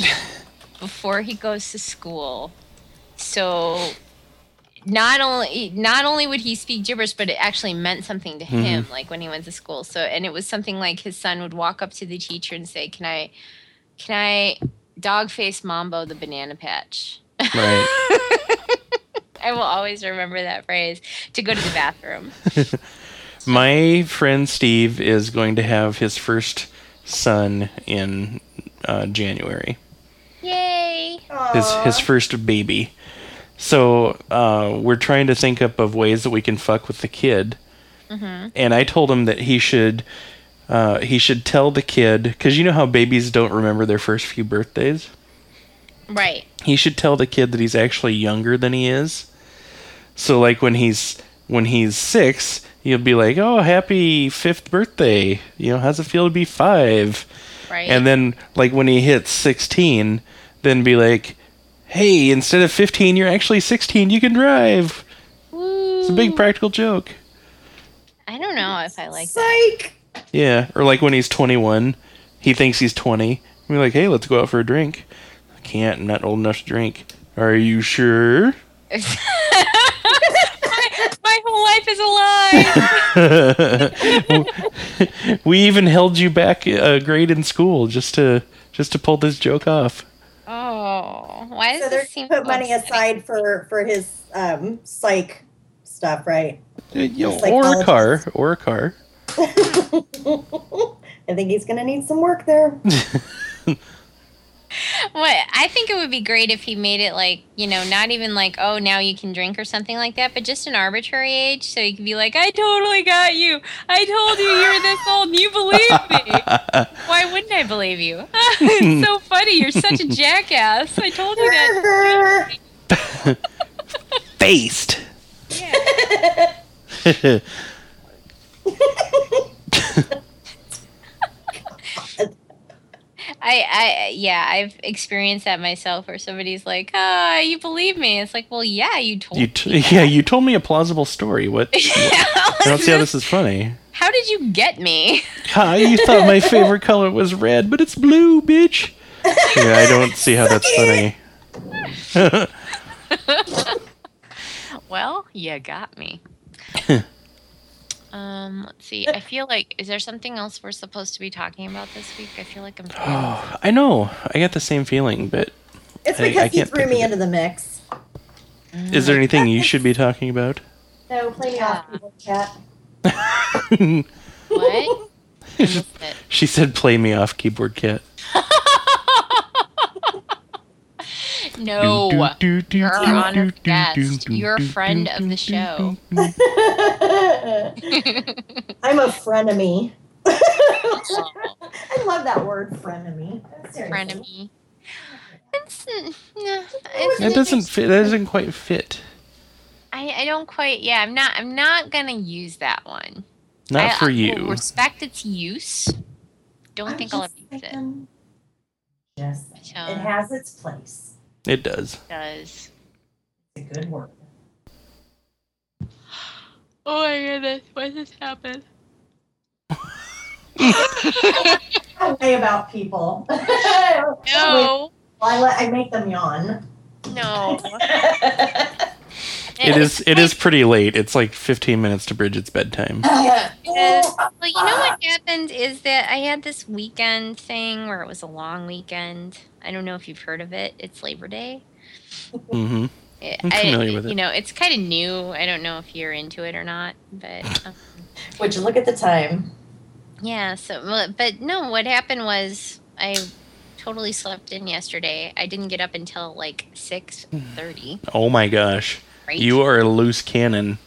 [SPEAKER 2] before he goes to school. So not only not only would he speak gibberish, but it actually meant something to him, like when he went to school. So and it was something like his son would walk up to the teacher and say, Can I can I dog face mambo the banana patch?
[SPEAKER 1] Right.
[SPEAKER 2] I will always remember that phrase to go to the bathroom.
[SPEAKER 1] My friend Steve is going to have his first son in uh, January.
[SPEAKER 2] Yay.
[SPEAKER 1] his his first baby. So uh, we're trying to think up of ways that we can fuck with the kid. And I told him that he should uh, he should tell the kid because you know how babies don't remember their first few birthdays.
[SPEAKER 2] Right.
[SPEAKER 1] He should tell the kid that he's actually younger than he is. So like when he's when he's six, he'll be like, "Oh, happy fifth birthday! You know, how's it feel to be five?
[SPEAKER 2] Right.
[SPEAKER 1] And then, like, when he hits 16, then be like, hey, instead of 15, you're actually 16. You can drive. It's a big practical joke.
[SPEAKER 2] I don't know if I like that.
[SPEAKER 3] Psych.
[SPEAKER 1] Yeah. Or, like, when he's 21, he thinks he's 20. We're like, hey, let's go out for a drink. I can't. I'm not old enough to drink. Are you sure?
[SPEAKER 2] my, my whole life is a lie.
[SPEAKER 1] we even held you back a grade in school just to just to pull this joke off.
[SPEAKER 2] oh, why does
[SPEAKER 3] So they're
[SPEAKER 2] this seem
[SPEAKER 3] put money
[SPEAKER 2] upsetting?
[SPEAKER 3] aside for for his um, psych stuff, right? like
[SPEAKER 1] or a
[SPEAKER 3] colleges.
[SPEAKER 1] car. Or a car.
[SPEAKER 3] I think he's gonna need some work there.
[SPEAKER 2] What I think it would be great if he made it like you know not even like oh now you can drink or something like that, but just an arbitrary age so he could be like I totally got you. I told you you were this old and you believe me. Why wouldn't I believe you? it's so funny. You're such a jackass. I told you that.
[SPEAKER 1] Faced.
[SPEAKER 2] Yeah. I, I yeah, I've experienced that myself where somebody's like, ah, you believe me. It's like, well, yeah, you told
[SPEAKER 1] You
[SPEAKER 2] me.
[SPEAKER 1] t- yeah, you told me a plausible story. What? I don't see how this is funny.
[SPEAKER 2] How did you get me?
[SPEAKER 1] Ha, you thought my favorite color was red, but it's blue, bitch. Yeah, I don't see how that's funny.
[SPEAKER 2] Well, you got me. um, let's see. I feel like is there something else we're supposed to be talking about this week? I feel like I'm
[SPEAKER 1] Oh, I know. I got the same feeling, but
[SPEAKER 3] It's
[SPEAKER 1] I- I
[SPEAKER 3] because he
[SPEAKER 1] can't
[SPEAKER 3] threw
[SPEAKER 1] think of
[SPEAKER 3] me
[SPEAKER 1] it.
[SPEAKER 3] into the mix.
[SPEAKER 1] is there anything you should be talking about?
[SPEAKER 3] No, play me off, people, chat.
[SPEAKER 2] what? I missed it.
[SPEAKER 1] she said, "Play me off, keyboard cat."
[SPEAKER 2] No.
[SPEAKER 1] Do, do, do,
[SPEAKER 2] You're
[SPEAKER 1] do,
[SPEAKER 2] an honored
[SPEAKER 1] do, do,
[SPEAKER 2] guest.
[SPEAKER 1] do,
[SPEAKER 2] You're a
[SPEAKER 1] do,
[SPEAKER 2] friend
[SPEAKER 1] do,
[SPEAKER 2] of
[SPEAKER 1] do,
[SPEAKER 2] the show.
[SPEAKER 1] do, do.
[SPEAKER 3] I'm a frenemy.
[SPEAKER 2] Oh,
[SPEAKER 3] I love that word, frenemy. Seriously.
[SPEAKER 2] frenemy. It's, mm, nah,
[SPEAKER 1] That
[SPEAKER 2] it's,
[SPEAKER 1] doesn't fit. That doesn't quite fit.
[SPEAKER 2] I, I don't quite. Yeah, I'm not. I'm not gonna use that one.
[SPEAKER 1] Not
[SPEAKER 2] I-
[SPEAKER 1] for
[SPEAKER 2] I will
[SPEAKER 1] you.
[SPEAKER 2] respect its use. Don't
[SPEAKER 3] I'm
[SPEAKER 2] think I'll ever
[SPEAKER 3] just
[SPEAKER 2] use it.
[SPEAKER 3] thinking- Just, it
[SPEAKER 2] So-
[SPEAKER 3] has its place.
[SPEAKER 1] It does.
[SPEAKER 2] Does.
[SPEAKER 3] It's a good word.
[SPEAKER 2] Oh my goodness! Why this happened?
[SPEAKER 3] That way about people. Well,
[SPEAKER 2] No,
[SPEAKER 3] I, let, I make them yawn.
[SPEAKER 2] no.
[SPEAKER 1] It is. It is pretty late. It's like 15 minutes to Bridget's bedtime.
[SPEAKER 2] Yes. Well, you know what happened is that I had this weekend thing where it was a long weekend. I don't know if you've heard of it. It's Labor Day.
[SPEAKER 1] hmm
[SPEAKER 2] It-
[SPEAKER 1] I'm
[SPEAKER 2] I-
[SPEAKER 1] familiar with it.
[SPEAKER 2] You know, it's kind of new. I don't know if you're into it or not, but um,
[SPEAKER 3] Would you look at the time?
[SPEAKER 2] yeah. So, well, but no, what happened was I totally slept in yesterday. I didn't get up until like six thirty.
[SPEAKER 1] Oh my gosh.
[SPEAKER 2] Right?
[SPEAKER 1] You are a loose cannon.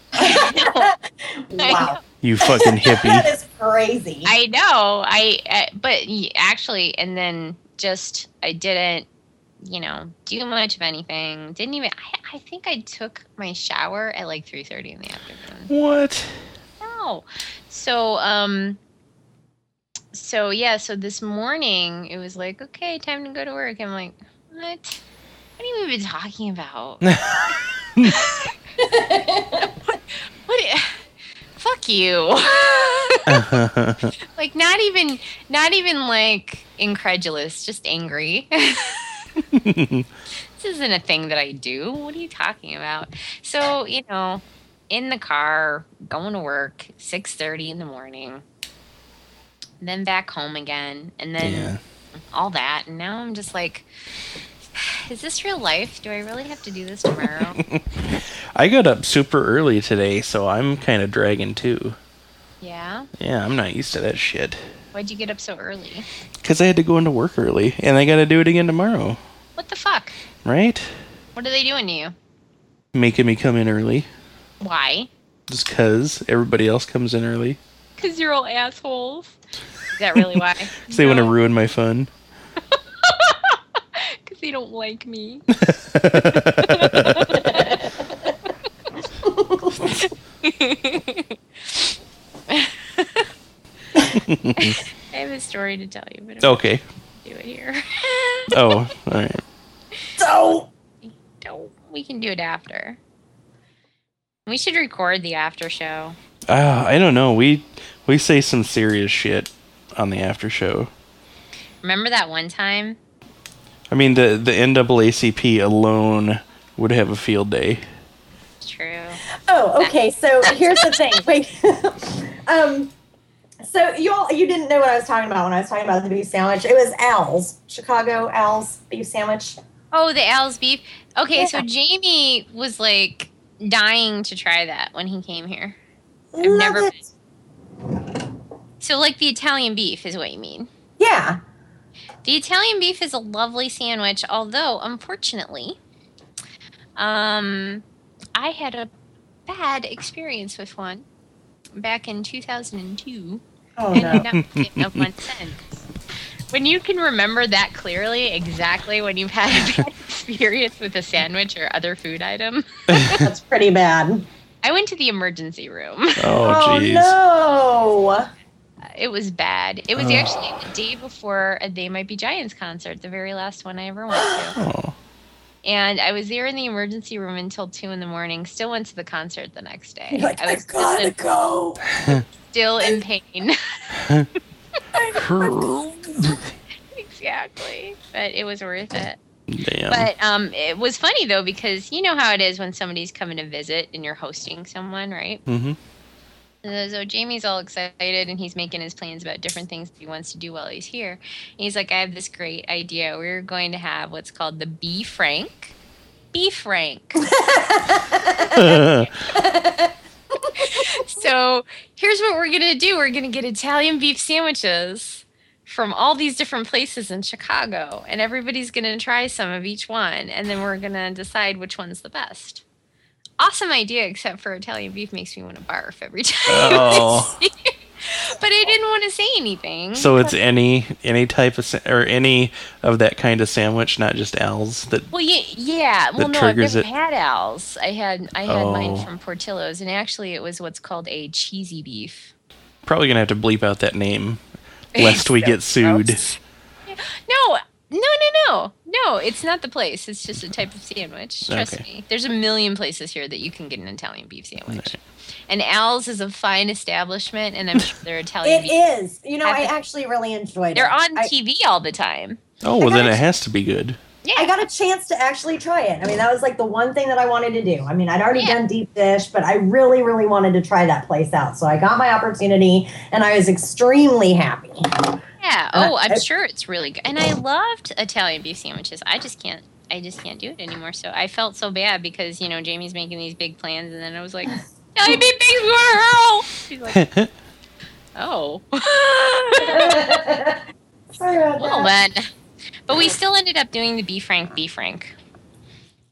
[SPEAKER 3] Wow.
[SPEAKER 1] You fucking
[SPEAKER 3] that
[SPEAKER 1] hippie.
[SPEAKER 3] is crazy.
[SPEAKER 2] I know. I uh, but y- actually, and then just I didn't, you know, do much of anything. Didn't even. I, I think I took my shower at like three thirty in the afternoon.
[SPEAKER 1] What?
[SPEAKER 2] No, so um, so yeah, so this morning it was like, okay, time to go to work. I'm like, what? What have you been talking about? What? Fuck you. like not even not even like incredulous just angry this isn't a thing that i do what are you talking about so you know in the car going to work 6.30 in the morning then back home again and then
[SPEAKER 1] yeah.
[SPEAKER 2] all that and now i'm just like is this real life do i really have to do this tomorrow
[SPEAKER 1] I got up super early today, so I'm kind of dragging too.
[SPEAKER 2] yeah
[SPEAKER 1] Yeah, I'm not used to that shit.
[SPEAKER 2] Why'd you get up so early?
[SPEAKER 1] because I had to go into work early, and I got to do it again tomorrow,
[SPEAKER 2] What the fuck?
[SPEAKER 1] right?
[SPEAKER 2] What are they doing to you?
[SPEAKER 1] Making me come in early
[SPEAKER 2] Why?
[SPEAKER 1] just because everybody else comes in early,
[SPEAKER 2] Because you're all assholes. Is that really why?
[SPEAKER 1] 'Cause they want to ruin my fun.
[SPEAKER 2] Because they don't like me. I have a story to tell you, but I'm
[SPEAKER 1] Okay.
[SPEAKER 2] gonna do it here.
[SPEAKER 1] Oh, all right.
[SPEAKER 3] So
[SPEAKER 2] no, we can do it after. We should record the after show.
[SPEAKER 1] Uh, I don't know. We we say some serious shit on the after show.
[SPEAKER 2] Remember that one time?
[SPEAKER 1] I mean, the the NAACP alone would have a field day.
[SPEAKER 2] True.
[SPEAKER 3] Oh, okay. So here's the thing. Wait. um, so you all you didn't know what I was talking about when I was talking about the beef sandwich. It was Al's Chicago Al's beef sandwich.
[SPEAKER 2] Oh, the Al's beef. Okay, so
[SPEAKER 3] Yeah.
[SPEAKER 2] Jamie was like dying to try that when he came here. I've
[SPEAKER 3] Love
[SPEAKER 2] never
[SPEAKER 3] it.
[SPEAKER 2] been. So like the Italian beef is what you mean.
[SPEAKER 3] Yeah.
[SPEAKER 2] The Italian beef is a lovely sandwich, although unfortunately, um, I had a bad experience with one back in 2002.
[SPEAKER 3] Oh
[SPEAKER 2] and
[SPEAKER 3] no.
[SPEAKER 2] not get a one cent. When you can remember that clearly, exactly when you've had a bad experience with a sandwich or other food item,
[SPEAKER 3] That's pretty bad.
[SPEAKER 2] I went to the emergency room.
[SPEAKER 1] Oh, jeez.
[SPEAKER 3] no.
[SPEAKER 2] It was bad. It was
[SPEAKER 1] Oh.
[SPEAKER 2] actually the day before a They Might Be Giants concert, the very last one I ever went to.
[SPEAKER 1] Oh.
[SPEAKER 2] And I was there in the emergency room until two in the morning. Still went to the concert the next day.
[SPEAKER 3] You're like,
[SPEAKER 2] I
[SPEAKER 3] I've
[SPEAKER 2] was still
[SPEAKER 3] gotta
[SPEAKER 2] in,
[SPEAKER 3] go.
[SPEAKER 2] still in pain.
[SPEAKER 1] Damn.
[SPEAKER 2] exactly. But it was worth it. But um, it was funny though because you know how it is when somebody's coming to visit and you're hosting someone, right?
[SPEAKER 1] hmm
[SPEAKER 2] So, so Jamie's all excited and he's making his plans about different things that he wants to do while he's here. And he's like, "I have this great idea. We're going to have what's called the B Frank, B Frank." so here's what we're gonna do: we're gonna get Italian beef sandwiches from all these different places in Chicago, and everybody's gonna try some of each one, and then we're gonna decide which one's the best. Awesome idea, except for Italian beef makes me want to barf every time.
[SPEAKER 1] Oh.
[SPEAKER 2] but I didn't want to say anything.
[SPEAKER 1] so it's any any type of sa- or any of that kind of sandwich, not just Al's. That
[SPEAKER 2] Well, yeah, yeah. Well, no, I've
[SPEAKER 1] triggers
[SPEAKER 2] never
[SPEAKER 1] it.
[SPEAKER 2] had Al's. I had I had
[SPEAKER 1] Oh.
[SPEAKER 2] mine from Portillo's, and actually, it was what's called a cheesy beef.
[SPEAKER 1] probably gonna have to bleep out that name, lest we get sued.
[SPEAKER 2] No, no, no, no, no. It's not the place. It's just a type of sandwich. Trust
[SPEAKER 1] Okay.
[SPEAKER 2] me. There's a million places here that you can get an Italian beef sandwich, and Al's is a fine establishment, and I'm sure they're Italian.
[SPEAKER 3] It
[SPEAKER 2] beef.
[SPEAKER 3] is. You know, I
[SPEAKER 2] I've-
[SPEAKER 3] actually really enjoyed it.
[SPEAKER 2] They're on
[SPEAKER 3] I-
[SPEAKER 2] TV all the time.
[SPEAKER 1] Oh well, then it has to be good.
[SPEAKER 2] Yeah.
[SPEAKER 3] I got a chance to actually try it. I mean, that was like the one thing that I wanted to do. I mean, I'd already
[SPEAKER 2] Yeah.
[SPEAKER 3] done deep dish, but I really, really wanted to try that place out. So I got my opportunity and I was extremely happy.
[SPEAKER 2] Yeah. Oh,
[SPEAKER 3] And I- Oh.
[SPEAKER 2] I'm
[SPEAKER 3] I-
[SPEAKER 2] sure it's really good. And I loved Italian beef sandwiches. I just can't. I just can't do it anymore. So I felt so bad because you know Jamie's making these big plans, and then I was like, "Italian beef things going hell." She's like, "Oh."
[SPEAKER 3] Sorry about
[SPEAKER 2] well
[SPEAKER 3] that.
[SPEAKER 2] then, but we still ended up doing the beef frank. Beef frank.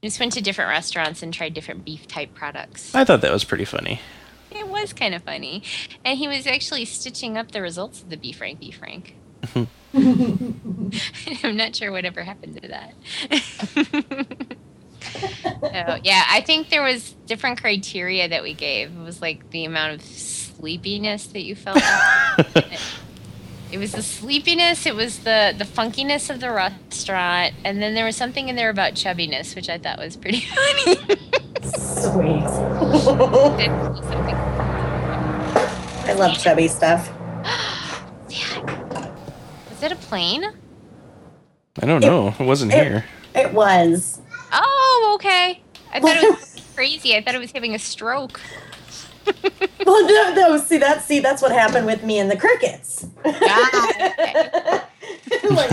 [SPEAKER 2] Just went to different restaurants and tried different beef type products.
[SPEAKER 1] I thought that was pretty funny.
[SPEAKER 2] It was kind of funny, and he was actually stitching up the results of the beef frank. Beef frank. I'm not sure whatever happened to that. so yeah, I think there was different criteria that we gave. It was like the amount of sleepiness that you felt. it was the sleepiness. It was the the funkiness of the restaurant, and then there was something in there about chubbiness, which I thought was pretty funny.
[SPEAKER 3] Sweet.
[SPEAKER 2] Something-
[SPEAKER 3] I love chubby stuff.
[SPEAKER 2] was that a plane?
[SPEAKER 1] I don't know. It wasn't
[SPEAKER 3] it-
[SPEAKER 1] here.
[SPEAKER 3] It was.
[SPEAKER 2] Oh, okay. I thought it was crazy. I thought it was having a stroke.
[SPEAKER 3] Well, no, no. See that? See that's what happened with me and the crickets.
[SPEAKER 2] Ah, okay.
[SPEAKER 3] Like,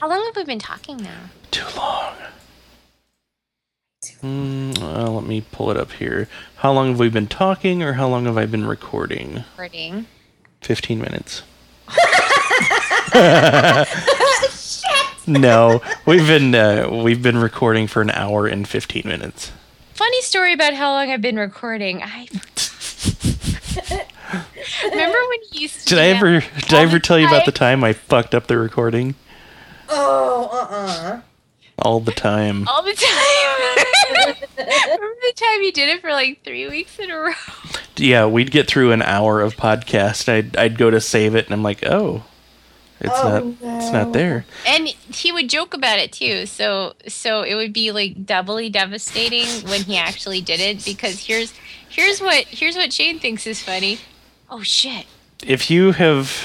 [SPEAKER 2] How long have we been talking now?
[SPEAKER 1] Too long. Mm, uh, let me pull it up here. How long have we been talking, or how long have I been recording?
[SPEAKER 2] Recording.
[SPEAKER 1] 15 minutes. no, we've been uh, we've been recording for an hour and 15 minutes.
[SPEAKER 2] Funny story about how long I've been recording. I remember when you used to.
[SPEAKER 1] Did I
[SPEAKER 2] do
[SPEAKER 1] ever
[SPEAKER 2] that
[SPEAKER 1] did I
[SPEAKER 2] all
[SPEAKER 1] ever tell you about the
[SPEAKER 2] time?
[SPEAKER 1] time I fucked up the recording?
[SPEAKER 3] Oh, uh-uh.
[SPEAKER 1] All the time.
[SPEAKER 2] All the time. remember the time you did it for like three weeks in a row?
[SPEAKER 1] Yeah, we'd get through an hour of podcast. I'd I'd go to save it, and I'm like, oh, it's
[SPEAKER 3] Oh,
[SPEAKER 1] not it's not there.
[SPEAKER 2] And he would joke about it too. So so it would be like doubly devastating when he actually did it because here's here's what here's what Shane thinks is funny. Oh shit.
[SPEAKER 1] If you have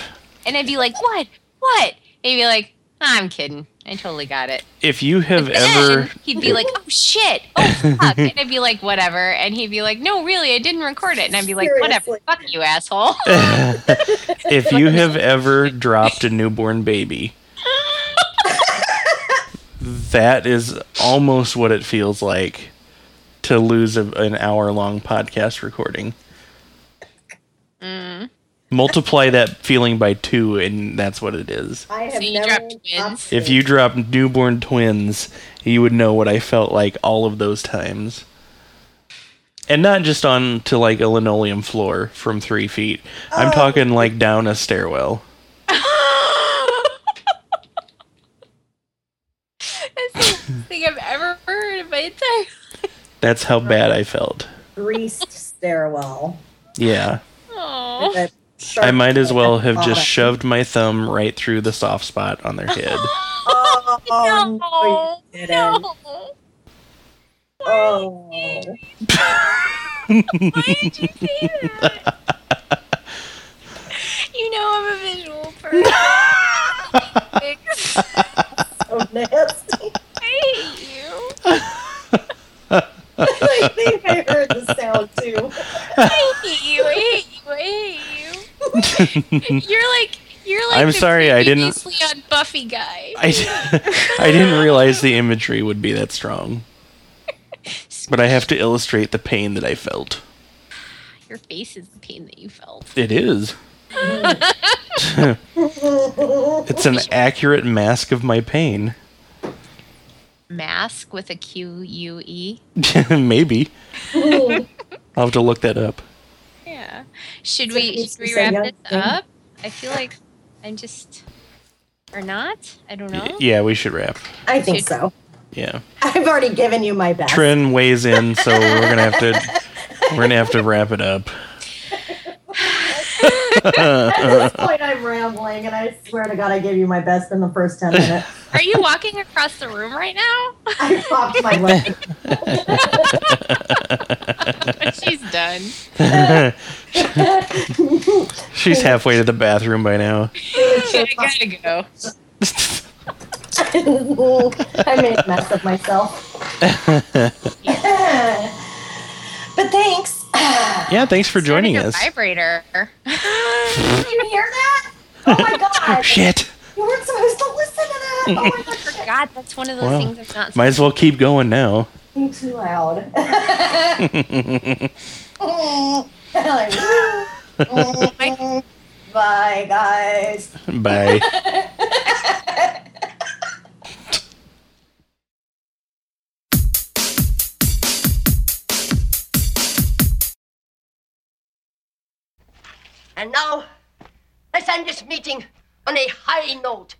[SPEAKER 2] And I'd be like, "What? What?" And he'd be like, "I'm kidding. I totally got it."
[SPEAKER 1] if you have
[SPEAKER 2] And then
[SPEAKER 1] ever
[SPEAKER 2] he'd be like, "Oh shit! Oh fuck!" and I'd be like, "Whatever." And he'd be like, "No, really, I didn't record it." And I'd be like, "Whatever,
[SPEAKER 3] Seriously.
[SPEAKER 2] fuck you, asshole."
[SPEAKER 1] if you have ever dropped a newborn baby, that is almost what it feels like to lose a, an hour long podcast recording. Multiply that feeling by two, and that's what it is.
[SPEAKER 3] I have
[SPEAKER 2] you
[SPEAKER 3] never
[SPEAKER 2] dropped twins?
[SPEAKER 1] If you dropped newborn twins, you would know what I felt like all of those times. And not just on to like a linoleum floor from three feet. I'm talking like down a stairwell.
[SPEAKER 2] That's the worst thing I've ever heard in my entire.
[SPEAKER 1] That's how bad I felt.
[SPEAKER 3] greased stairwell.
[SPEAKER 1] Yeah.
[SPEAKER 2] Oh.
[SPEAKER 3] That
[SPEAKER 1] I
[SPEAKER 3] sharp
[SPEAKER 1] might as well have
[SPEAKER 3] bottom.
[SPEAKER 1] just shoved my thumb right through the soft spot on their head.
[SPEAKER 3] Oh,
[SPEAKER 2] no,
[SPEAKER 3] no, you didn't.
[SPEAKER 2] no.
[SPEAKER 3] Oh.
[SPEAKER 2] Why did you say that? you know I'm a visual person. I
[SPEAKER 3] so nasty.
[SPEAKER 2] hate you.
[SPEAKER 3] I think I heard the sound too.
[SPEAKER 2] I hate you. I hate you. I hate you. You're like you're like
[SPEAKER 1] I'm
[SPEAKER 2] the
[SPEAKER 1] sorry, I didn't-
[SPEAKER 2] previously on Buffy guy.
[SPEAKER 1] I, I didn't realize the imagery would be that strong. But I have to illustrate the pain that I felt.
[SPEAKER 2] Your face is the pain that you felt.
[SPEAKER 1] It is. it's an accurate mask of my pain.
[SPEAKER 2] Mask with a Q U E.
[SPEAKER 1] Maybe. I'll have to look that up.
[SPEAKER 2] Yeah. Should
[SPEAKER 3] So
[SPEAKER 2] we
[SPEAKER 3] it's
[SPEAKER 2] should we
[SPEAKER 3] just a
[SPEAKER 2] wrap
[SPEAKER 3] young
[SPEAKER 2] this
[SPEAKER 3] thing.
[SPEAKER 2] up? I feel like I'm just or not. I don't know.
[SPEAKER 1] Y- Yeah, we should wrap.
[SPEAKER 3] I think so.
[SPEAKER 1] Yeah.
[SPEAKER 3] I've already given you my best.
[SPEAKER 1] Trin weighs in, so we're gonna have to we're gonna have to wrap it up.
[SPEAKER 3] At this
[SPEAKER 1] uh.
[SPEAKER 3] point, I'm rambling, and I swear to God, I gave you my best in the first 10 minutes.
[SPEAKER 2] Are you walking across the room right now?
[SPEAKER 3] I popped my leg.
[SPEAKER 2] She's done.
[SPEAKER 1] She's halfway to the bathroom by now.
[SPEAKER 2] I gotta go.
[SPEAKER 3] I made a mess of myself. but thanks.
[SPEAKER 1] Yeah, thanks for joining
[SPEAKER 2] Started a
[SPEAKER 1] us.
[SPEAKER 2] Vibrator.
[SPEAKER 3] Did you hear that? Oh my God.
[SPEAKER 1] Shit.
[SPEAKER 3] You weren't supposed to listen to that. Oh my God.
[SPEAKER 2] God, that's one of those
[SPEAKER 1] Well,
[SPEAKER 2] things I'm not.
[SPEAKER 1] Might as well keep going now.
[SPEAKER 3] You're too loud. Bye, guys.
[SPEAKER 1] Bye.
[SPEAKER 5] And now, let's end this meeting on a high note.